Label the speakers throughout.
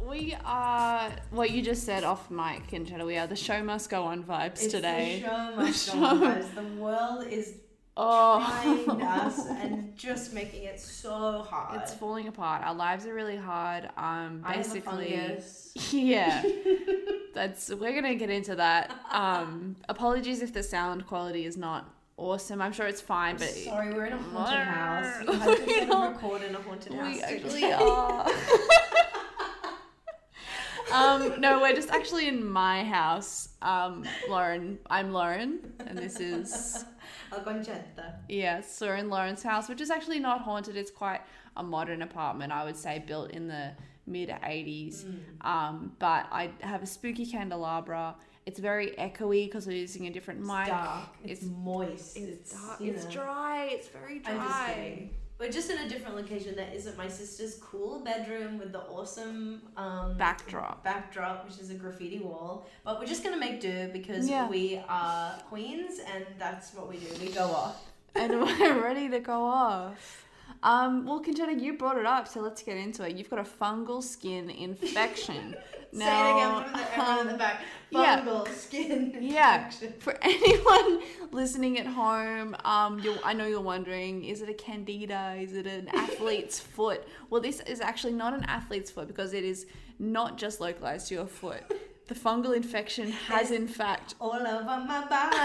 Speaker 1: we are what you just said off mic, Angela. We are the show must go on vibes
Speaker 2: It's
Speaker 1: today.
Speaker 2: The
Speaker 1: The
Speaker 2: show must go on,
Speaker 1: show-
Speaker 2: guys. The world is
Speaker 1: oh,
Speaker 2: trying us and just making it so hard.
Speaker 1: it's falling apart. Our lives are really hard. Um,
Speaker 2: I have a
Speaker 1: basically,
Speaker 2: fungus.
Speaker 1: yeah. That's we're gonna get into that. Um, apologies if the sound quality is not awesome. I'm sure it's fine, but
Speaker 2: Sorry, we're in a
Speaker 1: Brr.
Speaker 2: haunted house. We had
Speaker 1: We
Speaker 2: to sort
Speaker 1: don't-
Speaker 2: of record in a haunted house.
Speaker 1: we
Speaker 2: today.
Speaker 1: actually are. um, no, we're just actually in my house. Um, Lauren, I'm Lauren, and this is
Speaker 2: Alconchetta.
Speaker 1: yes, we're in Lauren's house, which is actually not haunted. It's quite a modern apartment, I would say, built in the mid '80s.
Speaker 2: Mm.
Speaker 1: Um, but I have a spooky candelabra. It's very echoey because we're using a different
Speaker 2: It's
Speaker 1: mic.
Speaker 2: dark. It's,
Speaker 1: It's-
Speaker 2: moist.
Speaker 1: It's dark.
Speaker 2: you
Speaker 1: It's
Speaker 2: know.
Speaker 1: dry. It's very dry.
Speaker 2: I'm just kidding. We're just in a different location that isn't my sister's cool bedroom with the awesome um,
Speaker 1: Backdrop.
Speaker 2: backdrop, which is a graffiti wall. But we're just gonna make do because
Speaker 1: Yeah.
Speaker 2: we are queens and that's what we do. We go off.
Speaker 1: and we're ready to go off. Um, well, Conchetta, you brought it up, so let's get into it. You've got a fungal skin infection.
Speaker 2: Say it again from the, everyone in the
Speaker 1: um,
Speaker 2: back.
Speaker 1: yeah.
Speaker 2: Fungal skin.
Speaker 1: Yeah.
Speaker 2: infection.
Speaker 1: for anyone listening at home, um, you'll, I know you're wondering, is it a candida? Is it an athlete's foot? Well, this is actually not an athlete's foot because it is not just localized to your foot. The fungal infection has, in fact,
Speaker 2: All over my body.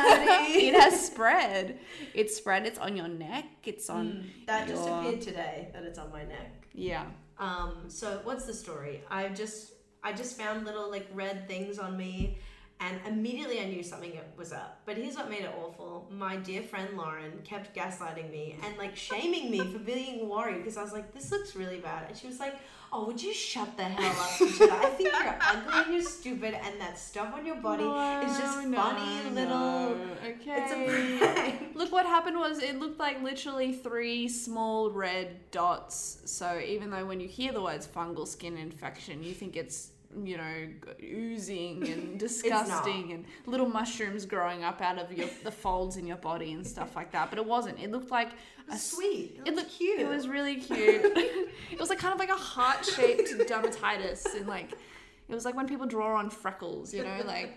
Speaker 1: it has spread. It's spread. It's on your neck. It's on,
Speaker 2: Mm, that just
Speaker 1: your-
Speaker 2: appeared today that it's on my neck.
Speaker 1: yeah.
Speaker 2: Um, so what's the story? I just I just found little like red things on me and immediately I knew something was up. But here's what made it awful. My dear friend Lauren kept gaslighting me and like shaming me for being worried because I was like, This looks really bad and she was like, Oh, would you shut the hell up? Angela? I think you're ugly and you're stupid and that stuff on your body is just
Speaker 1: No,
Speaker 2: funny
Speaker 1: no,
Speaker 2: little
Speaker 1: no.
Speaker 2: It's
Speaker 1: Okay.
Speaker 2: a prank.
Speaker 1: Look what happened was it looked like literally three small red dots. So even though when you hear the words fungal skin infection, you think it's you know oozing and disgusting and little mushrooms growing up out of your the folds in your body and stuff like that. But it wasn't. It looked like a
Speaker 2: sweet.
Speaker 1: It
Speaker 2: It
Speaker 1: looked
Speaker 2: looked cute.
Speaker 1: It was really cute. it was like kind of like a heart shaped dermatitis, and like it was like when people draw on freckles, you know, like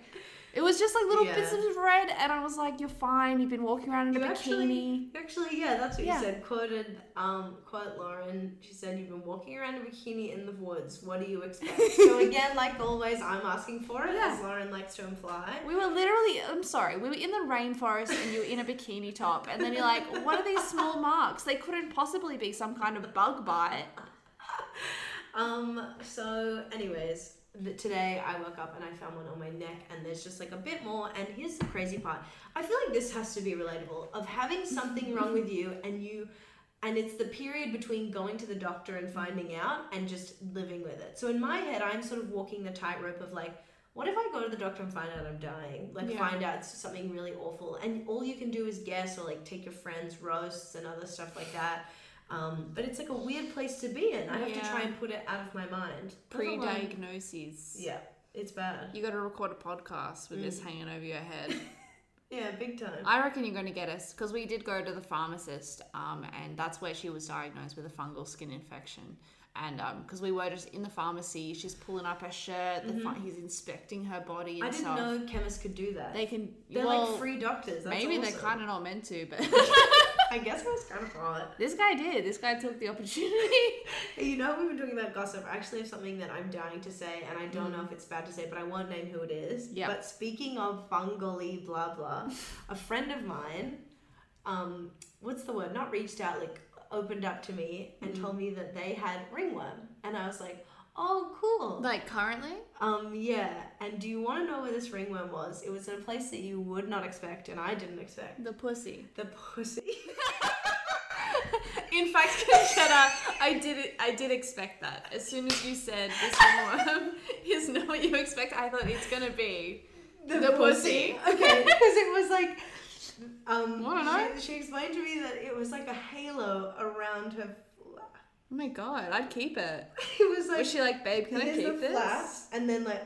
Speaker 1: it was just like little
Speaker 2: Yeah.
Speaker 1: bits of red. And I was like, "You're fine. You've been walking around in a
Speaker 2: You
Speaker 1: bikini."
Speaker 2: actually, you actually, yeah, that's what
Speaker 1: Yeah.
Speaker 2: you said. Quoted, um, quote Lauren. She said, "You've been walking around in a bikini in the woods. What do you expect?" so again, like always, I'm asking for it,
Speaker 1: Yeah.
Speaker 2: as Lauren likes to imply.
Speaker 1: we were literally, I'm sorry, we were in the rainforest and you were in a bikini top. And then you're like, what are these small marks? They couldn't possibly be some kind of bug bite.
Speaker 2: Um. So, anyways, th- today I woke up and I found one on my neck, and there's just like a bit more. And here's the crazy part. I feel like this has to be relatable of having something wrong with you, and you. And it's the period between going to the doctor and finding out and just living with it. So in my head, I'm sort of walking the tightrope of like, what if I go to the doctor and find out I'm dying? Like,
Speaker 1: Yeah.
Speaker 2: find out it's something really awful. And all you can do is guess or like take your friends' roasts and other stuff like that. Um, but it's like a weird place to be in. I have to
Speaker 1: Yeah.
Speaker 2: try and put it out of my mind.
Speaker 1: Pre
Speaker 2: Otherwise-
Speaker 1: diagnoses.
Speaker 2: Yeah, it's bad.
Speaker 1: You got to record a podcast with this hanging over your head.
Speaker 2: Yeah, big time.
Speaker 1: I reckon you're going to get us because we did go to the pharmacist, um, and that's where she was diagnosed with a fungal skin infection. And because we were just in the pharmacy, she's pulling up her shirt. The ph- he's inspecting her body and
Speaker 2: I didn't
Speaker 1: stuff.
Speaker 2: know chemists could do that.
Speaker 1: They can.
Speaker 2: They're
Speaker 1: well,
Speaker 2: like free doctors. That's
Speaker 1: maybe
Speaker 2: awesome.
Speaker 1: they're kind of not meant to, but
Speaker 2: I guess I was kind of hot.
Speaker 1: this guy did. This guy took the opportunity.
Speaker 2: Hey, You know, we've been talking about gossip. I actually have something that I'm dying to say, and I don't know if it's bad to say, but I won't name who it is.
Speaker 1: Yeah.
Speaker 2: But speaking of fungally blah blah, a friend of mine, um, what's the word? Not reached out, like opened up to me and told me that they had ringworm, and I was like, oh, cool.
Speaker 1: like currently,
Speaker 2: Um, yeah. And do you want to know where this ringworm was? It was in a place that you would not expect, and I didn't expect.
Speaker 1: the pussy.
Speaker 2: The pussy.
Speaker 1: In fact, Conchetta, I did I did expect that. As soon as you said this one is not what you expect, I thought it's gonna be The pussy.
Speaker 2: okay, because it was like. Um,
Speaker 1: I dunno.
Speaker 2: She, she explained to me that it was like a halo around her. flap.
Speaker 1: Oh my god, I'd keep it.
Speaker 2: It was like
Speaker 1: Was she like, babe, can I
Speaker 2: here's
Speaker 1: keep
Speaker 2: the
Speaker 1: this?
Speaker 2: flap, and then like,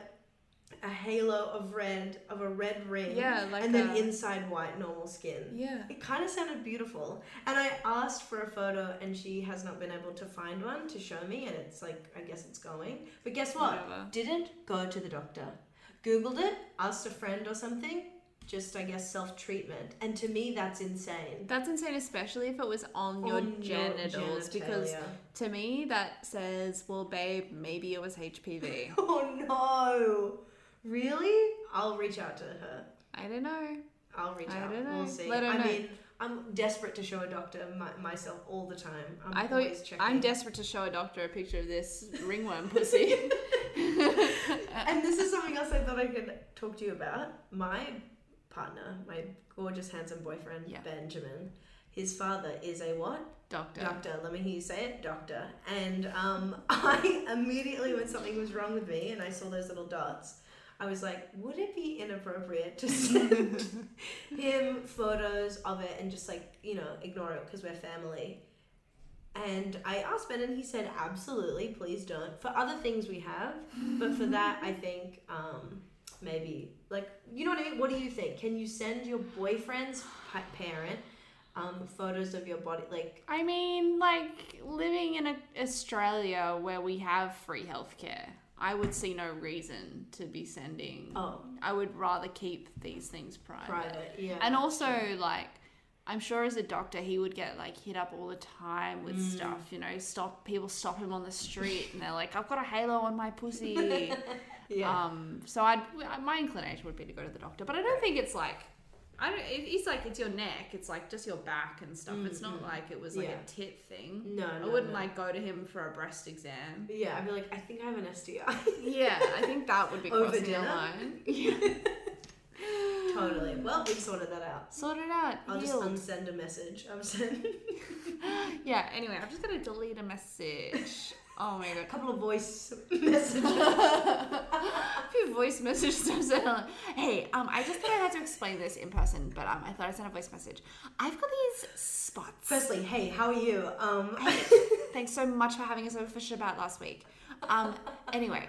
Speaker 2: a halo of red, of a red ring.
Speaker 1: Yeah, like
Speaker 2: and then
Speaker 1: a-
Speaker 2: inside white, normal skin.
Speaker 1: Yeah.
Speaker 2: It kind of sounded beautiful. And I asked for a photo, and she has not been able to find one to show me. And it's like, I guess it's going. But guess what?
Speaker 1: Whatever.
Speaker 2: Didn't go to the doctor. Googled it, asked a friend or something. Just, I guess, self treatment. And to me, that's insane.
Speaker 1: That's insane, especially if it was on,
Speaker 2: On
Speaker 1: your genitals, because
Speaker 2: genitalia.
Speaker 1: to me that says, well, babe, maybe it was HPV.
Speaker 2: Oh no! Really? I'll reach out to her.
Speaker 1: I don't know.
Speaker 2: I'll reach
Speaker 1: I
Speaker 2: out.
Speaker 1: don't know.
Speaker 2: We'll see.
Speaker 1: Let her
Speaker 2: I
Speaker 1: know.
Speaker 2: mean, I'm desperate to show a doctor my, myself all the time. I'm
Speaker 1: i thought
Speaker 2: always checking.
Speaker 1: I'm desperate to show a doctor a picture of this ringworm pussy.
Speaker 2: and this is something else I thought I could talk to you about. My partner, my gorgeous, handsome boyfriend,
Speaker 1: Yeah.
Speaker 2: Benjamin. His father is a what?
Speaker 1: doctor.
Speaker 2: Doctor. Let me hear you say it. Doctor. And um, I immediately, when something was wrong with me and I saw those little dots, I was like, would it be inappropriate to send him photos of it and just like, you know, ignore it because we're family? And I asked Ben and he said, absolutely, please don't. For other things we have, but for that, I think um, maybe, like, you know what I mean? What do you think? Can you send your boyfriend's pa- parent um, photos of your body? Like,
Speaker 1: I mean, like living in a, Australia where we have free healthcare, I would see no reason to be sending.
Speaker 2: Oh,
Speaker 1: I would rather keep these things private.
Speaker 2: private, yeah.
Speaker 1: And also, like, I'm sure as a doctor, he would get like hit up all the time with stuff. You know, stop people stop him on the street, and they're like, "I've got a halo on my pussy."
Speaker 2: yeah,
Speaker 1: Um, so I'd my inclination would be to go to the doctor, but I don't think it's like I don't. It, it's like it's your neck. It's like just your back and stuff. It's not like it was like
Speaker 2: Yeah.
Speaker 1: a tit thing.
Speaker 2: no,
Speaker 1: I
Speaker 2: no,
Speaker 1: wouldn't
Speaker 2: no.
Speaker 1: like go to him for a breast exam.
Speaker 2: Yeah, I'd be like, I think I have an STI.
Speaker 1: Yeah, I think that would be
Speaker 2: Over
Speaker 1: crossing the
Speaker 2: dinner?
Speaker 1: line. Yeah.
Speaker 2: totally. Well, we sorted that out.
Speaker 1: Sort it out.
Speaker 2: I'll just
Speaker 1: healed.
Speaker 2: unsend a message. I'm sending
Speaker 1: yeah. Anyway, I'm just gonna delete a message. Oh my
Speaker 2: a
Speaker 1: god.
Speaker 2: couple of voice messages.
Speaker 1: A few voice messages. to send, like, hey, um, I just thought I had to explain this in person, but um, I thought I sent a voice message. I've got these spots.
Speaker 2: Firstly, hey, how are you? Um,
Speaker 1: Thanks so much for having us over for shit about last week. Um, anyway,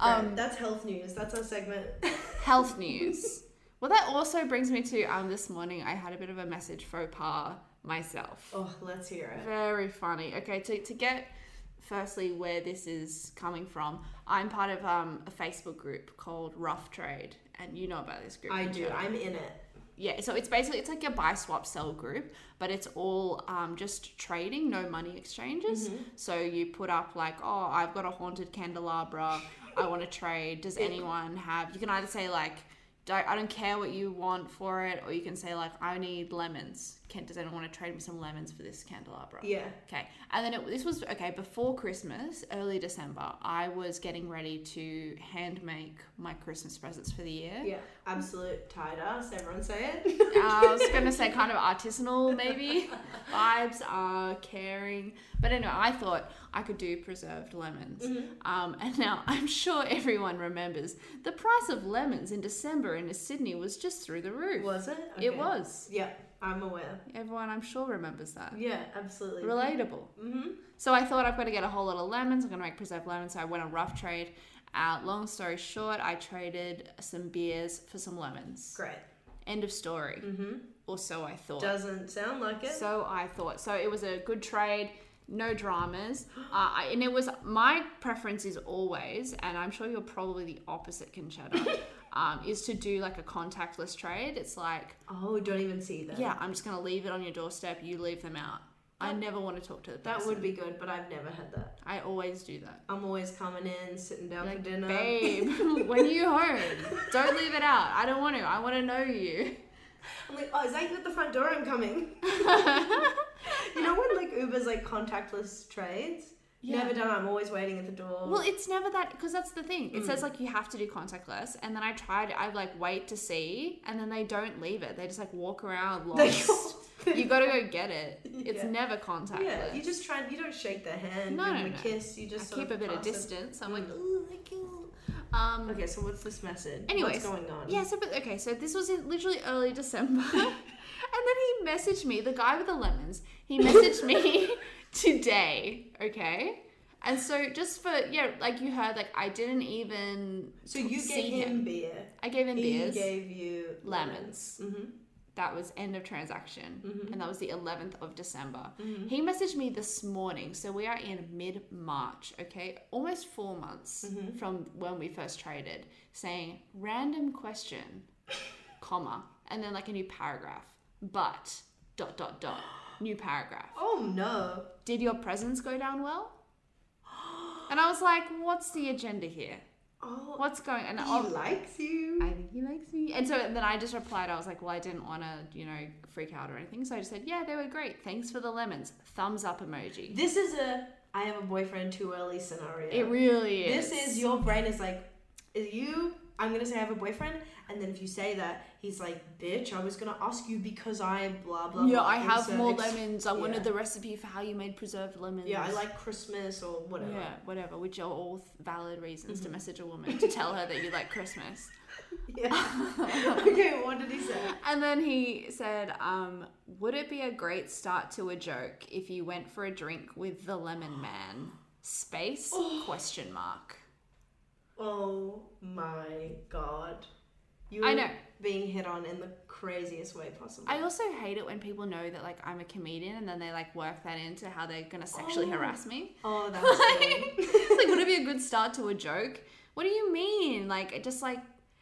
Speaker 2: um, that's health news. That's our segment.
Speaker 1: health news. Well, that also brings me to um, this morning. I had a bit of a message faux pas myself.
Speaker 2: Oh, let's hear it.
Speaker 1: Very funny. Okay, to, to get firstly where this is coming from, I'm part of um, a Facebook group called Rough Trade, and you know about this group.
Speaker 2: I
Speaker 1: don't
Speaker 2: do.
Speaker 1: you?
Speaker 2: I'm in it.
Speaker 1: Yeah, so it's basically it's like a buy swap sell group, but it's all um, just trading, no money exchanges.
Speaker 2: Mm-hmm.
Speaker 1: So you put up like, oh, I've got a haunted candelabra, I want to trade. Does anyone have? You can either say like, "Don't- I don't care what you want for it, or you can say like, I need lemons. Can does anyone want to trade me some lemons for this candelabra?
Speaker 2: Yeah.
Speaker 1: Okay, and then it, this was okay before Christmas, early December. I was getting ready to hand make my Christmas presents for the year. Uh,
Speaker 2: Yeah. Absolute tied ass. Everyone say it.
Speaker 1: I was gonna say kind of artisanal maybe vibes are caring, but anyway, I thought I could do preserved lemons.
Speaker 2: Mm. Mm-hmm.
Speaker 1: Um, and now I'm sure everyone remembers the price of lemons in December in Sydney was just through the roof.
Speaker 2: Was it?
Speaker 1: It
Speaker 2: Okay.
Speaker 1: was.
Speaker 2: Yeah, I'm aware.
Speaker 1: Everyone I'm sure remembers that.
Speaker 2: Yeah, absolutely.
Speaker 1: Relatable.
Speaker 2: Mm-hmm.
Speaker 1: So I thought I've got to get a whole lot of lemons. I'm going to make preserved lemons. So I went on rough trade. Uh, long story short, I traded some beers for some lemons.
Speaker 2: Great.
Speaker 1: End of story.
Speaker 2: Mm-hmm.
Speaker 1: Or so I thought.
Speaker 2: Doesn't sound like it.
Speaker 1: So I thought. So it was a good trade, no dramas. Uh, I- and it was my preference is always, and I'm sure you're probably the opposite, Conchetta, um, is to do like a contactless trade. It's like,
Speaker 2: Oh, don't even see them.
Speaker 1: yeah, I'm just going to leave it on your doorstep, you leave them out. I never want to talk to the person.
Speaker 2: That would be good, but I've never had that.
Speaker 1: I always do that.
Speaker 2: I'm always coming in, sitting down
Speaker 1: Like,
Speaker 2: for dinner.
Speaker 1: babe, when are you home? Don't leave it out. I don't want to. I want to know you.
Speaker 2: I'm like, oh, is that you at the front door? I'm coming. you know when like Uber's like contactless trades?
Speaker 1: Yeah.
Speaker 2: Never done. it. I'm always waiting at the door.
Speaker 1: Well, it's never that because that's the thing. It
Speaker 2: Mm.
Speaker 1: says like you have to do contactless, and then I tried. I like wait to see, and then they don't leave it. They just like walk around
Speaker 2: They
Speaker 1: lost. you got to go get it. It's
Speaker 2: Yeah.
Speaker 1: never contactless.
Speaker 2: yeah, you just try. You don't shake their hand.
Speaker 1: No,
Speaker 2: give
Speaker 1: no,
Speaker 2: them a
Speaker 1: no.
Speaker 2: kiss. You just
Speaker 1: I
Speaker 2: sort
Speaker 1: keep a bit of
Speaker 2: pass it.
Speaker 1: distance. I'm like,
Speaker 2: Mm.
Speaker 1: ooh, thank you. Um,
Speaker 2: Okay, so what's this message?
Speaker 1: Anyways,
Speaker 2: what's going on?
Speaker 1: Yeah, so but okay, so this was in literally early December. and then he messaged me, the guy with the lemons, he messaged me today, okay? And so just for yeah, like you heard, like I didn't even
Speaker 2: So you
Speaker 1: See
Speaker 2: gave him, beer.
Speaker 1: I gave him
Speaker 2: he
Speaker 1: beers.
Speaker 2: gave you
Speaker 1: Lemons.
Speaker 2: Mm-hmm.
Speaker 1: That was end of transaction.
Speaker 2: Mhm.
Speaker 1: And that was the eleventh of December.
Speaker 2: Mhm.
Speaker 1: He messaged me this morning, so we are in mid March, okay? Almost four months
Speaker 2: Mhm.
Speaker 1: from when we first traded, saying random question, comma, and then like a new paragraph. But dot dot dot. New paragraph.
Speaker 2: Oh no.
Speaker 1: Did your presents go down well? And I was like, what's the agenda here?
Speaker 2: Oh,
Speaker 1: What's going on? And
Speaker 2: he
Speaker 1: I'll-
Speaker 2: likes you.
Speaker 1: I think he likes me. And so then I just replied, I was like, well, I didn't want to, you know, freak out or anything. So I just said, yeah, they were great. Thanks for the lemons. Thumbs up emoji.
Speaker 2: This is a I have a boyfriend too early scenario.
Speaker 1: It really is.
Speaker 2: this is your brain is like, is you? I'm gonna say I have a boyfriend, and then if you say that, he's like, bitch, I was gonna ask you because I blah blah.
Speaker 1: Yeah,
Speaker 2: blah,
Speaker 1: I
Speaker 2: and
Speaker 1: have
Speaker 2: so
Speaker 1: more
Speaker 2: ex-
Speaker 1: lemons. I
Speaker 2: yeah.
Speaker 1: wanted the recipe for how you made preserved lemons.
Speaker 2: Yeah, I like Christmas or whatever. Mm-hmm.
Speaker 1: Yeah, whatever, which are all th- valid reasons to message a woman to tell her that you like Christmas.
Speaker 2: Yeah. okay, what did he say?
Speaker 1: And then he said, um, Would it be a great start to a joke if you went for a drink with the lemon man? Space? Question mark.
Speaker 2: Oh my god. You
Speaker 1: I
Speaker 2: were
Speaker 1: know.
Speaker 2: being hit on in the craziest way possible.
Speaker 1: I also hate it when people know that like I'm a comedian and then they like work that into how they're gonna sexually
Speaker 2: Oh.
Speaker 1: harass me.
Speaker 2: oh, that was good.
Speaker 1: It's like, would it be a good start to a joke? What do you mean? Like, it just like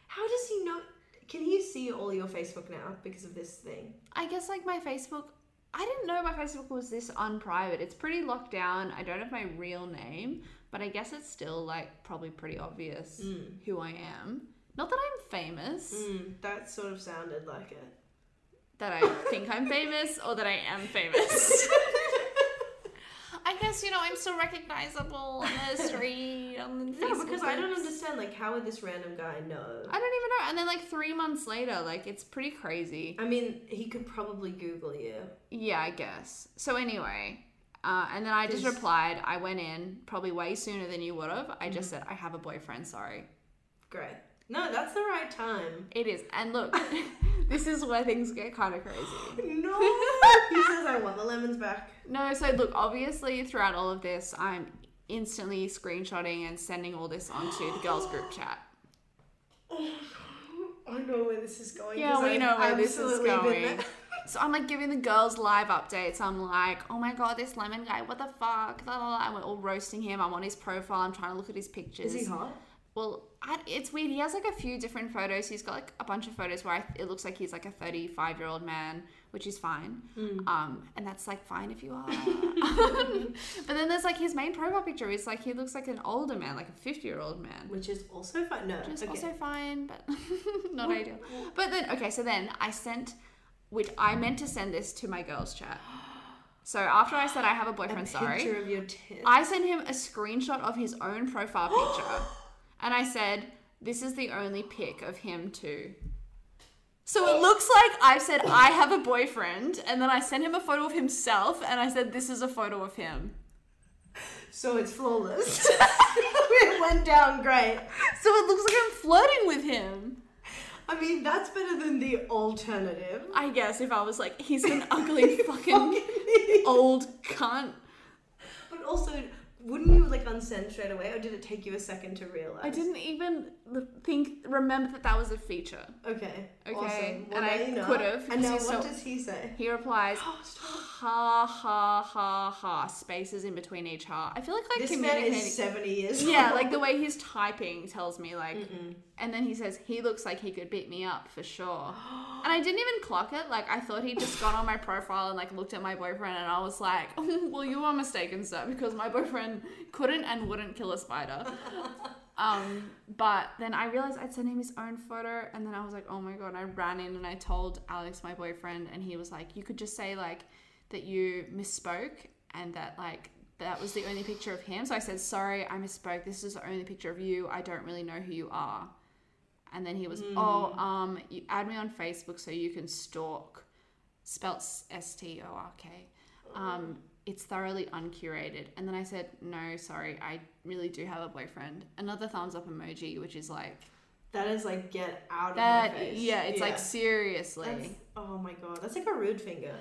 Speaker 2: How does he know? Can he see all your Facebook now because of this thing?
Speaker 1: I guess like my Facebook. I didn't know my Facebook was this unprivate. It's pretty locked down. I don't have my real name, but I guess it's still like probably pretty obvious who I am. Not that I'm famous,
Speaker 2: Mm, that sort of sounded like it.
Speaker 1: that I think I'm famous, or that I am famous. I guess you know I'm still recognizable on the street on the
Speaker 2: No,
Speaker 1: Facebook
Speaker 2: because I don't
Speaker 1: groups.
Speaker 2: understand. Like, how would this random guy know?
Speaker 1: I don't even know. And then like three months later, like it's pretty crazy.
Speaker 2: I mean, he could probably Google you.
Speaker 1: Yeah, I guess. So anyway, uh, and then I just
Speaker 2: This-
Speaker 1: replied. I went in probably way sooner than you would have. I just said I have a boyfriend. Sorry,
Speaker 2: Great. No, that's the right time.
Speaker 1: it is. And look, this is where things get kind of crazy.
Speaker 2: No. he says, "I want the lemons back."
Speaker 1: No, so look, obviously throughout all of this, I'm instantly screenshotting and sending all this onto the girls group chat.
Speaker 2: Oh, I know where this is going.
Speaker 1: Yeah,
Speaker 2: 'cause
Speaker 1: we
Speaker 2: I've
Speaker 1: know where this is
Speaker 2: absolutely been
Speaker 1: going.
Speaker 2: there.
Speaker 1: So I'm like giving the girls live updates. I'm like, oh my god, this lemon guy, what the fuck? La, la, la. And we're all roasting him. I'm on his profile. I'm trying to look at his pictures.
Speaker 2: Is he hot?
Speaker 1: Well, I, it's weird. He has like a few different photos. He's got like a bunch of photos where I, it looks like he's like a 35 year old man, which is fine.
Speaker 2: Hmm.
Speaker 1: Um, and that's like fine if you are. but then there's like his main profile picture is like he looks like an older man, like a 50 year old man.
Speaker 2: Which is also fun. No,
Speaker 1: Which is
Speaker 2: okay.
Speaker 1: also fine, but not ideal. But then, okay, so then I sent, which I meant to send this to my girls' chat. So after I said I have a
Speaker 2: a
Speaker 1: boyfriend,
Speaker 2: picture
Speaker 1: sorry.
Speaker 2: of your tits.
Speaker 1: I sent him a screenshot of his own profile picture. and I said, This is the only pic of him, too. So it looks like I said, I have a boyfriend. And then I sent him a photo of himself. And I said, This is a photo of him.
Speaker 2: So it's flawless. it went down great.
Speaker 1: So it looks like I'm flirting with him.
Speaker 2: I mean, that's better than the alternative.
Speaker 1: I guess if I was like, He's an ugly fucking old cunt.
Speaker 2: But also, wouldn't you like unsend straight away, or did it take you a second to realize?
Speaker 1: I didn't even think, remember that that was a feature.
Speaker 2: Okay.
Speaker 1: Okay, and
Speaker 2: Awesome. now
Speaker 1: I
Speaker 2: you know.
Speaker 1: could've,
Speaker 2: And now, what
Speaker 1: because he's so-
Speaker 2: does he say?
Speaker 1: He replies,
Speaker 2: Oh, stop.
Speaker 1: ha ha ha ha spaces in between each ha. I feel like I
Speaker 2: This man
Speaker 1: communicating.
Speaker 2: is seventy years old.
Speaker 1: yeah, like the way he's typing tells me like. And then he says he looks like he could beat me up for sure. And I didn't even clock it. Like I thought he just got on my profile and like looked at my boyfriend, and I was like, "Well, you are mistaken, sir, because my boyfriend couldn't and wouldn't kill a spider." Um, but then I realized I'd sent him his own photo, and then I was like, oh my god! I ran in and I told Alex, my boyfriend, and he was like, you could just say like that you misspoke and that like that was the only picture of him. So I said, sorry, I misspoke. This is the only picture of you. I don't really know who you are. And then he was, oh, um, you add me on Facebook so you can stalk. Spelt S T O R K. Um, it's thoroughly uncurated. And then I said, no, sorry, I really do have a boyfriend. Another thumbs up emoji, which is like
Speaker 2: That is like get out of my
Speaker 1: that.
Speaker 2: face.
Speaker 1: Yeah, it's like
Speaker 2: That's-
Speaker 1: seriously.
Speaker 2: oh my god, that's like a rude finger.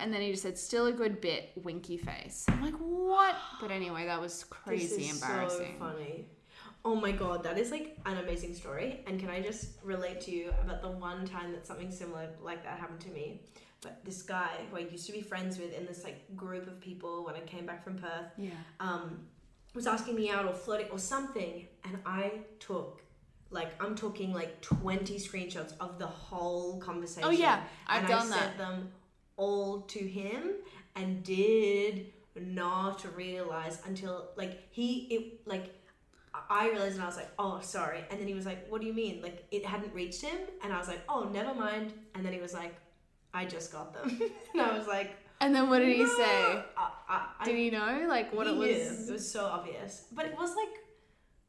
Speaker 1: And then he just said, still a good bit, winky face. I'm like, what? But anyway, that was
Speaker 2: This
Speaker 1: crazy
Speaker 2: is
Speaker 1: embarrassing.
Speaker 2: So funny. Oh my god, that is like an amazing story. And can I just relate to you about the one time that something similar like that happened to me? But this guy who I used to be friends with in this like group of people when I came back from Perth
Speaker 1: yeah.
Speaker 2: um, was asking me out or flirting or something, and I took like I'm talking like 20 screenshots of the whole conversation.
Speaker 1: Oh, yeah. I've
Speaker 2: and
Speaker 1: done
Speaker 2: I
Speaker 1: that.
Speaker 2: sent them all to him and did not realize until like he it like I realized and I was like, oh sorry, and then he was like, what do you mean? Like it hadn't reached him, and I was like, oh never mind, and then he was like, I just got them, and I was like,
Speaker 1: And then what did he
Speaker 2: "No."
Speaker 1: say?
Speaker 2: I, I, I
Speaker 1: Did he know like what
Speaker 2: he
Speaker 1: it
Speaker 2: knew.
Speaker 1: was?
Speaker 2: It was so obvious. But it was like,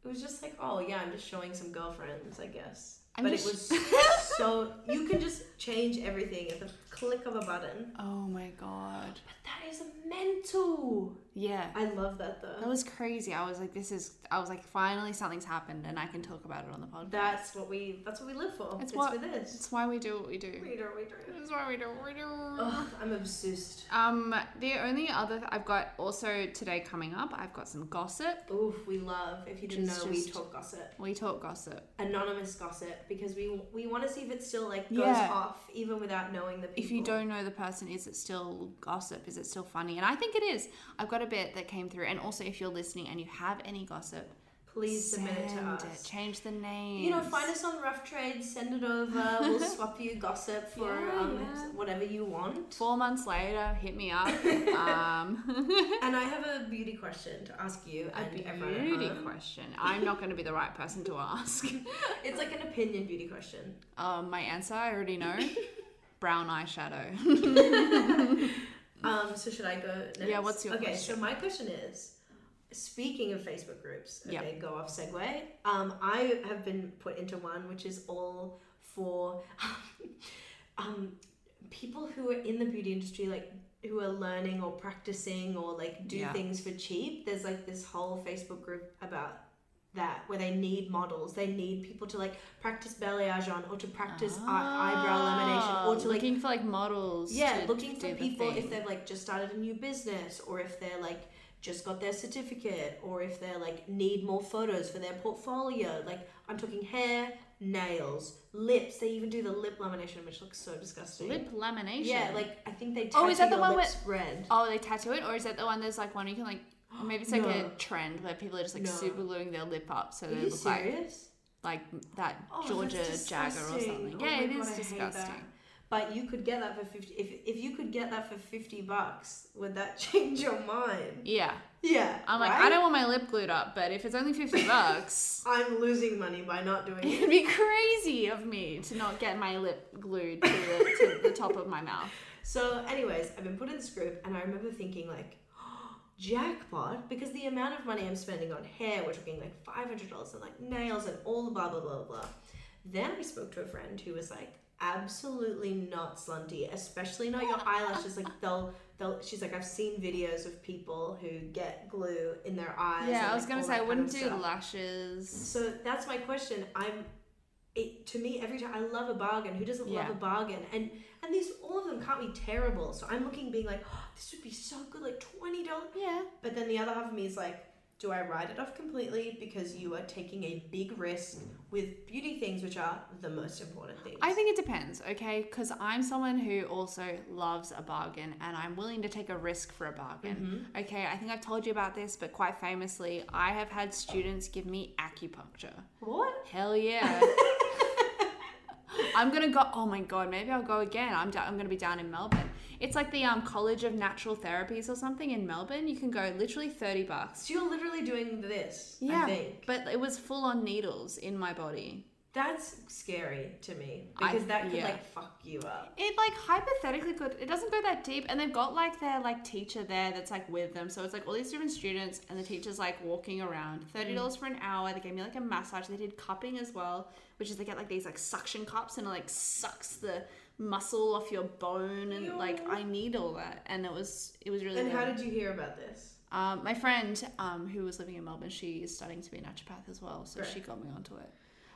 Speaker 2: it was just like, oh yeah, I'm just showing some girlfriends, I guess.
Speaker 1: I'm
Speaker 2: but
Speaker 1: just-
Speaker 2: it was so you can just change everything at the click of a button.
Speaker 1: Oh my god.
Speaker 2: But that is mental.
Speaker 1: Yeah.
Speaker 2: I love that
Speaker 1: That
Speaker 2: though.
Speaker 1: was crazy. I was like, this is. I was like, finally something's happened, and I can talk about it on the podcast.
Speaker 2: That's what we. That's what we live for.
Speaker 1: It's
Speaker 2: It's,
Speaker 1: what-
Speaker 2: for this.
Speaker 1: That's why we do what we do.
Speaker 2: We do. We do.
Speaker 1: That's why we do what we do.
Speaker 2: Ugh, I'm obsessed.
Speaker 1: Um, the only other th- I've got also today coming up, I've got some gossip.
Speaker 2: Oof, we love. If you didn't know,
Speaker 1: Just-
Speaker 2: we
Speaker 1: just-
Speaker 2: talk gossip,
Speaker 1: We talk gossip.
Speaker 2: anonymous gossip, because we we want to see if it still like goes
Speaker 1: Yeah.
Speaker 2: off even without knowing the people.
Speaker 1: If you don't know the person, is it still gossip? Is it still funny? And I think it is. I've got a bit that came through, and also if you're listening and you have any gossip,
Speaker 2: please submit it to
Speaker 1: send
Speaker 2: us.
Speaker 1: it. Change the name.
Speaker 2: You know, find us on Rough Trade, send it over, we'll swap you gossip for
Speaker 1: Yeah,
Speaker 2: um,
Speaker 1: yeah.
Speaker 2: whatever you want.
Speaker 1: Four months later, hit me up. um,
Speaker 2: And I have a beauty question to ask you
Speaker 1: a
Speaker 2: and everyone um, at
Speaker 1: beauty
Speaker 2: home.
Speaker 1: question. I'm not going to be the right person to ask.
Speaker 2: It's like an opinion beauty question.
Speaker 1: Um, my answer, I already know. Brown eyeshadow.
Speaker 2: Um, so should I go next?
Speaker 1: Yeah, what's your
Speaker 2: okay,
Speaker 1: question?
Speaker 2: so my question is, speaking of Facebook groups,
Speaker 1: Yeah.
Speaker 2: okay, go off segue. Um, I have been put into one which is all for um, people who are in the beauty industry, like who are learning or practicing or like do
Speaker 1: Yeah.
Speaker 2: things for cheap. There's like this whole Facebook group about that where they need models they need people to like practice balayage on or to practice eye- eyebrow lamination or to like
Speaker 1: looking for like models.
Speaker 2: yeah
Speaker 1: to
Speaker 2: looking
Speaker 1: do
Speaker 2: for
Speaker 1: the
Speaker 2: people if
Speaker 1: thing.
Speaker 2: they've like just started a new business or if they're like just got their certificate or if they're like need more photos for their portfolio like i'm talking hair nails lips they even do the lip lamination which looks so disgusting
Speaker 1: lip lamination.
Speaker 2: yeah like i think they
Speaker 1: Oh, is that the
Speaker 2: tattoo your
Speaker 1: one
Speaker 2: lips red
Speaker 1: oh, they tattoo it, or is that the one that's like one you can like? or Maybe it's like a
Speaker 2: No.
Speaker 1: trend where people are just like
Speaker 2: No.
Speaker 1: super gluing their lip up so
Speaker 2: are
Speaker 1: they
Speaker 2: you
Speaker 1: look like
Speaker 2: serious
Speaker 1: like that
Speaker 2: Oh, that's
Speaker 1: Georgia Jagger or something.
Speaker 2: disgusting. Oh
Speaker 1: yeah,
Speaker 2: my
Speaker 1: it
Speaker 2: God,
Speaker 1: is
Speaker 2: I hate
Speaker 1: disgusting.
Speaker 2: that. But you could get that for fifty. If, if you could get that for fifty bucks, would that change your mind?
Speaker 1: Yeah,
Speaker 2: Yeah,
Speaker 1: I'm like I
Speaker 2: right?
Speaker 1: don't want my lip glued up, but if it's only fifty bucks,
Speaker 2: I'm losing money by not doing it.
Speaker 1: it'd be crazy of me to not get my lip glued to the, to the top of my mouth.
Speaker 2: So, anyways, I've been put in this group, and I remember thinking like, jackpot, because the amount of money I'm spending on hair, we're talking like five hundred dollars, and like nails and all the blah blah blah blah. Then I spoke to a friend who was like, absolutely not slunty, especially not your eyelashes. Like they'll they'll. She's like, I've seen videos of people who get glue in their eyes.
Speaker 1: Yeah,
Speaker 2: and,
Speaker 1: I was
Speaker 2: like,
Speaker 1: gonna
Speaker 2: all
Speaker 1: say I
Speaker 2: that kind
Speaker 1: wouldn't
Speaker 2: of
Speaker 1: do
Speaker 2: stuff.
Speaker 1: lashes.
Speaker 2: So that's my question. I'm it to me every time I love a bargain. Who doesn't
Speaker 1: Yeah.
Speaker 2: love a bargain? And and these all of them can't be terrible. So I'm looking being like, oh, this would be so good, like twenty dollars.
Speaker 1: yeah,
Speaker 2: But then the other half of me is like, do I write it off completely because you are taking a big risk with beauty things, which are the most important things.
Speaker 1: I think it depends, okay? Because I'm someone who also loves a bargain and I'm willing to take a risk for a
Speaker 2: Mm-hmm.
Speaker 1: bargain, okay? I think I've told you about this, but quite famously, I have had students give me acupuncture.
Speaker 2: what?
Speaker 1: Hell yeah. I'm gonna go. Oh my god, maybe I'll go again. I'm down, I'm gonna be down in Melbourne. It's like the um, College of Natural Therapies or something in Melbourne. You can go literally thirty bucks.
Speaker 2: So you're literally doing this. I
Speaker 1: Yeah,
Speaker 2: think.
Speaker 1: but it was full on needles in my body.
Speaker 2: That's scary to me
Speaker 1: I-
Speaker 2: because that could
Speaker 1: yeah.
Speaker 2: like fuck you up.
Speaker 1: It like hypothetically could. It doesn't go that deep, and they've got like their like teacher there that's like with them. So it's like all these different students, and the teacher's like walking around. Thirty dollars for an hour. They gave me like a massage. They did cupping as well, which is they get like these like suction cups, and it like sucks the muscle off your bone, and like
Speaker 2: Ew.
Speaker 1: I need all that. And it was it was really.
Speaker 2: And how
Speaker 1: good.
Speaker 2: did you hear about this?
Speaker 1: um, my friend um, who was living in Melbourne, she is studying to be a naturopath as well, so
Speaker 2: Right.
Speaker 1: she got me onto it.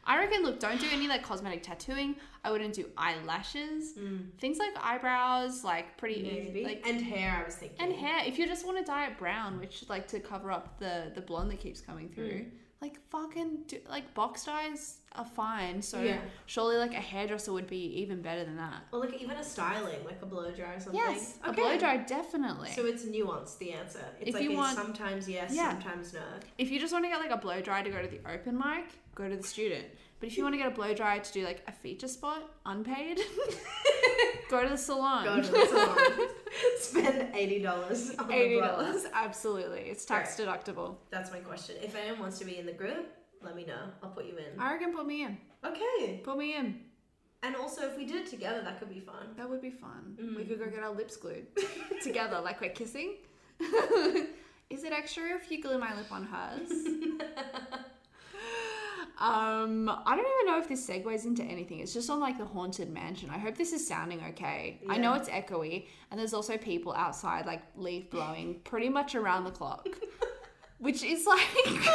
Speaker 1: I reckon, look, don't do any of that cosmetic tattooing. I wouldn't do eyelashes,
Speaker 2: Mm,
Speaker 1: things like eyebrows, like pretty
Speaker 2: maybe.
Speaker 1: like
Speaker 2: and hair, I was thinking.
Speaker 1: and hair. If you just want to dye it brown, which like to cover up the the blonde that keeps coming through, like fucking do, like box dyes are fine. So
Speaker 2: Yeah.
Speaker 1: surely like a hairdresser would be even better than that.
Speaker 2: Or like even a styling, like a blow dry or something.
Speaker 1: Yes,
Speaker 2: Okay.
Speaker 1: a blow dry definitely.
Speaker 2: So it's nuanced, the answer. It's
Speaker 1: If
Speaker 2: like
Speaker 1: you
Speaker 2: a
Speaker 1: want-
Speaker 2: sometimes yes,
Speaker 1: Yeah.
Speaker 2: sometimes no.
Speaker 1: if you just want to get like a blow dry to go to the open mic, go to the student. But if you want to get a blow dry to do like a feature spot, unpaid, go to the salon.
Speaker 2: Go to the salon. Spend eighty dollars on
Speaker 1: Eighty
Speaker 2: the blower.
Speaker 1: dollars, absolutely. It's tax deductible.
Speaker 2: That's my question. If anyone wants to be in the group, let me know. I'll put you in.
Speaker 1: I reckon put me in.
Speaker 2: Okay.
Speaker 1: Put me in.
Speaker 2: And also, if we did it together, that could be fun.
Speaker 1: That would be fun. We
Speaker 2: Mm.
Speaker 1: could go get our lips glued together, like we're kissing. Is it extra if you glue my lip on hers? um, I don't even know if this segues into anything. It's just on like the haunted mansion. I hope this is sounding okay. I know
Speaker 2: Yeah.
Speaker 1: it's echoey, and there's also people outside like leaf blowing pretty much around the clock, which is like.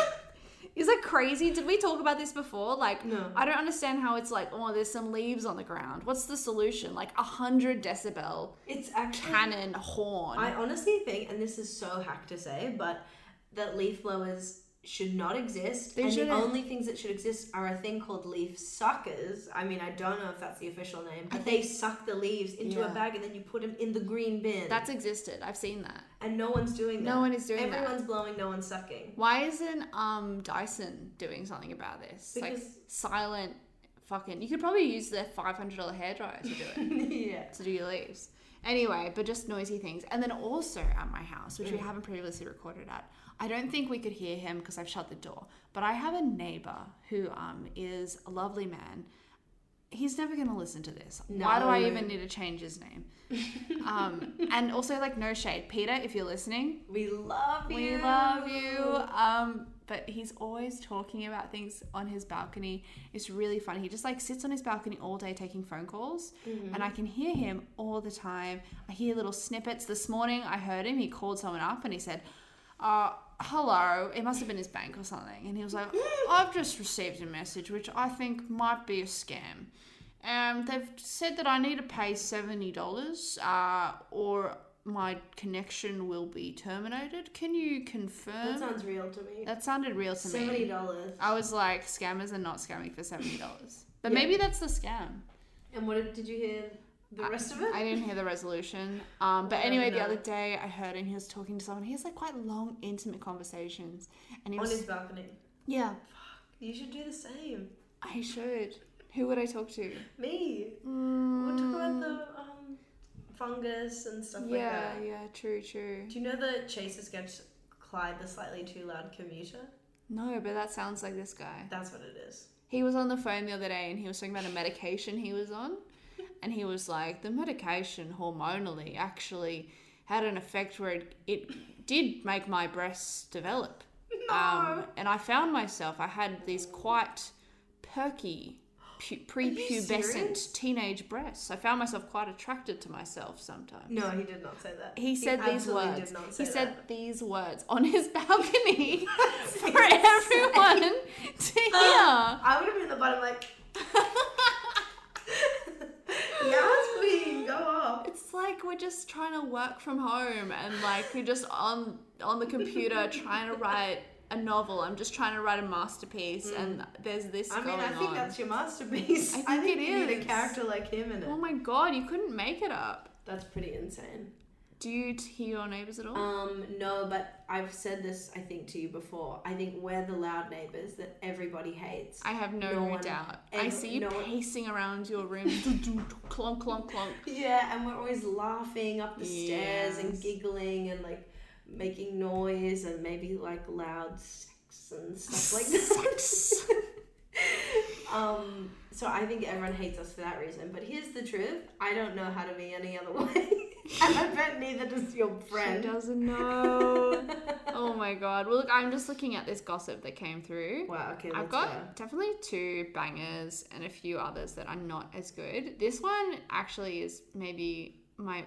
Speaker 1: Is that crazy? Did we talk about this before? Like,
Speaker 2: No.
Speaker 1: I don't understand how it's like, oh, there's some leaves on the ground. What's the solution? Like a hundred decibel
Speaker 2: It's actually.
Speaker 1: cannon horn.
Speaker 2: I honestly think, and this is so hack to say, but that leaf blowers should not exist.
Speaker 1: They
Speaker 2: and
Speaker 1: shouldn't.
Speaker 2: the only things that should exist are a thing called leaf suckers. I mean, I don't know if that's the official name, but they suck the leaves into a
Speaker 1: Yeah.
Speaker 2: bag and then you put them in the green bin.
Speaker 1: That's existed. I've seen that.
Speaker 2: and no one's doing that.
Speaker 1: No one is doing that.
Speaker 2: Everyone's blowing, no one's sucking.
Speaker 1: Why isn't um Dyson doing something about this? like
Speaker 2: Because-
Speaker 1: silent fucking. You could probably use their five hundred dollar hairdryer to do it.
Speaker 2: yeah.
Speaker 1: to do your leaves. Anyway, but just noisy things. And then also at my house, which we haven't previously recorded at, I don't think we could hear him because I've shut the door. But I have a neighbor who um, is a lovely man. He's never going to listen to this. Why do I
Speaker 2: No.
Speaker 1: even need to change his name? um, and also, like, no shade. Peter, if you're listening,
Speaker 2: We love you.
Speaker 1: we love you. Um, but he's always talking about things on his balcony. It's really funny. He just like sits on his balcony all day taking phone calls,
Speaker 2: Mm-hmm.
Speaker 1: and I can hear him all the time. I hear little snippets. This morning I heard him. He called someone up and he said, uh, hello. It must have been his bank or something." And he was like, "I've just received a message which I think might be a scam." Um, they've said that I need to pay seventy dollars, uh, or my connection will be terminated. Can you
Speaker 2: That
Speaker 1: confirm?
Speaker 2: sounds real to me.
Speaker 1: that sounded real to
Speaker 2: Seventy
Speaker 1: me.
Speaker 2: dollars.
Speaker 1: I was like, scammers are not scamming for seventy dollars, but
Speaker 2: Yeah.
Speaker 1: maybe that's the scam.
Speaker 2: And what did, did you hear? The rest of it?
Speaker 1: I didn't hear the resolution. Um, but
Speaker 2: Well,
Speaker 1: anyway,
Speaker 2: no.
Speaker 1: the other day I heard him. He was talking to someone. He has like quite long, intimate conversations, and he
Speaker 2: On
Speaker 1: was
Speaker 2: his balcony.
Speaker 1: yeah.
Speaker 2: You should do the same.
Speaker 1: I should. Who would I talk to?
Speaker 2: Me. We'll talk about the um, fungus and stuff like
Speaker 1: Mm. yeah,
Speaker 2: that.
Speaker 1: yeah, true, true.
Speaker 2: Do you know the Chaser sketch Clyde the Slightly Too Loud Commuter?
Speaker 1: No, but that sounds like this guy.
Speaker 2: That's what it is.
Speaker 1: He was on the phone the other day and he was talking about a medication he was on. And he was like, the medication hormonally actually had an effect where it, it did make my breasts develop. Um, and I found myself, I had these quite perky, pu-
Speaker 2: serious?
Speaker 1: prepubescent teenage breasts. I found myself quite attracted to myself sometimes.
Speaker 2: No, he did not say that.
Speaker 1: He said these
Speaker 2: absolutely
Speaker 1: words.
Speaker 2: Did not say
Speaker 1: He said
Speaker 2: that.
Speaker 1: these words on his balcony for everyone to hear.
Speaker 2: I would have been in the bottom like, yes, queen, go off.
Speaker 1: It's like we're just trying to work from home and like you're just on on the computer trying to write a novel. I'm just trying to write a masterpiece and there's this
Speaker 2: Mm. I mean,
Speaker 1: going
Speaker 2: I think
Speaker 1: on.
Speaker 2: that's your masterpiece.
Speaker 1: I think it
Speaker 2: you need a
Speaker 1: is.
Speaker 2: character like him in it.
Speaker 1: Oh my god, you couldn't make it up.
Speaker 2: That's pretty insane.
Speaker 1: Do you t- hear your neighbors at all?
Speaker 2: Um, no, but I've said this, I think, to you before. I think we're the loud neighbors that everybody hates.
Speaker 1: I have no,
Speaker 2: no one
Speaker 1: doubt. I
Speaker 2: ever-
Speaker 1: see you
Speaker 2: no one-
Speaker 1: pacing around your room, clonk, clonk, clonk.
Speaker 2: yeah, and we're always laughing up the stairs and
Speaker 1: Yes.
Speaker 2: giggling and like making noise and maybe like loud sex and stuff like that.
Speaker 1: Sex.
Speaker 2: Um, so I think everyone hates us for that reason. But here's the truth: I don't know how to be any other way, and I bet neither does your
Speaker 1: She
Speaker 2: friend.
Speaker 1: doesn't know. oh my god. Well, look, I'm just looking at this gossip that came through.
Speaker 2: Wow. Okay.
Speaker 1: I've
Speaker 2: let's
Speaker 1: got
Speaker 2: go.
Speaker 1: definitely two bangers and a few others that are not as good. This one actually is maybe my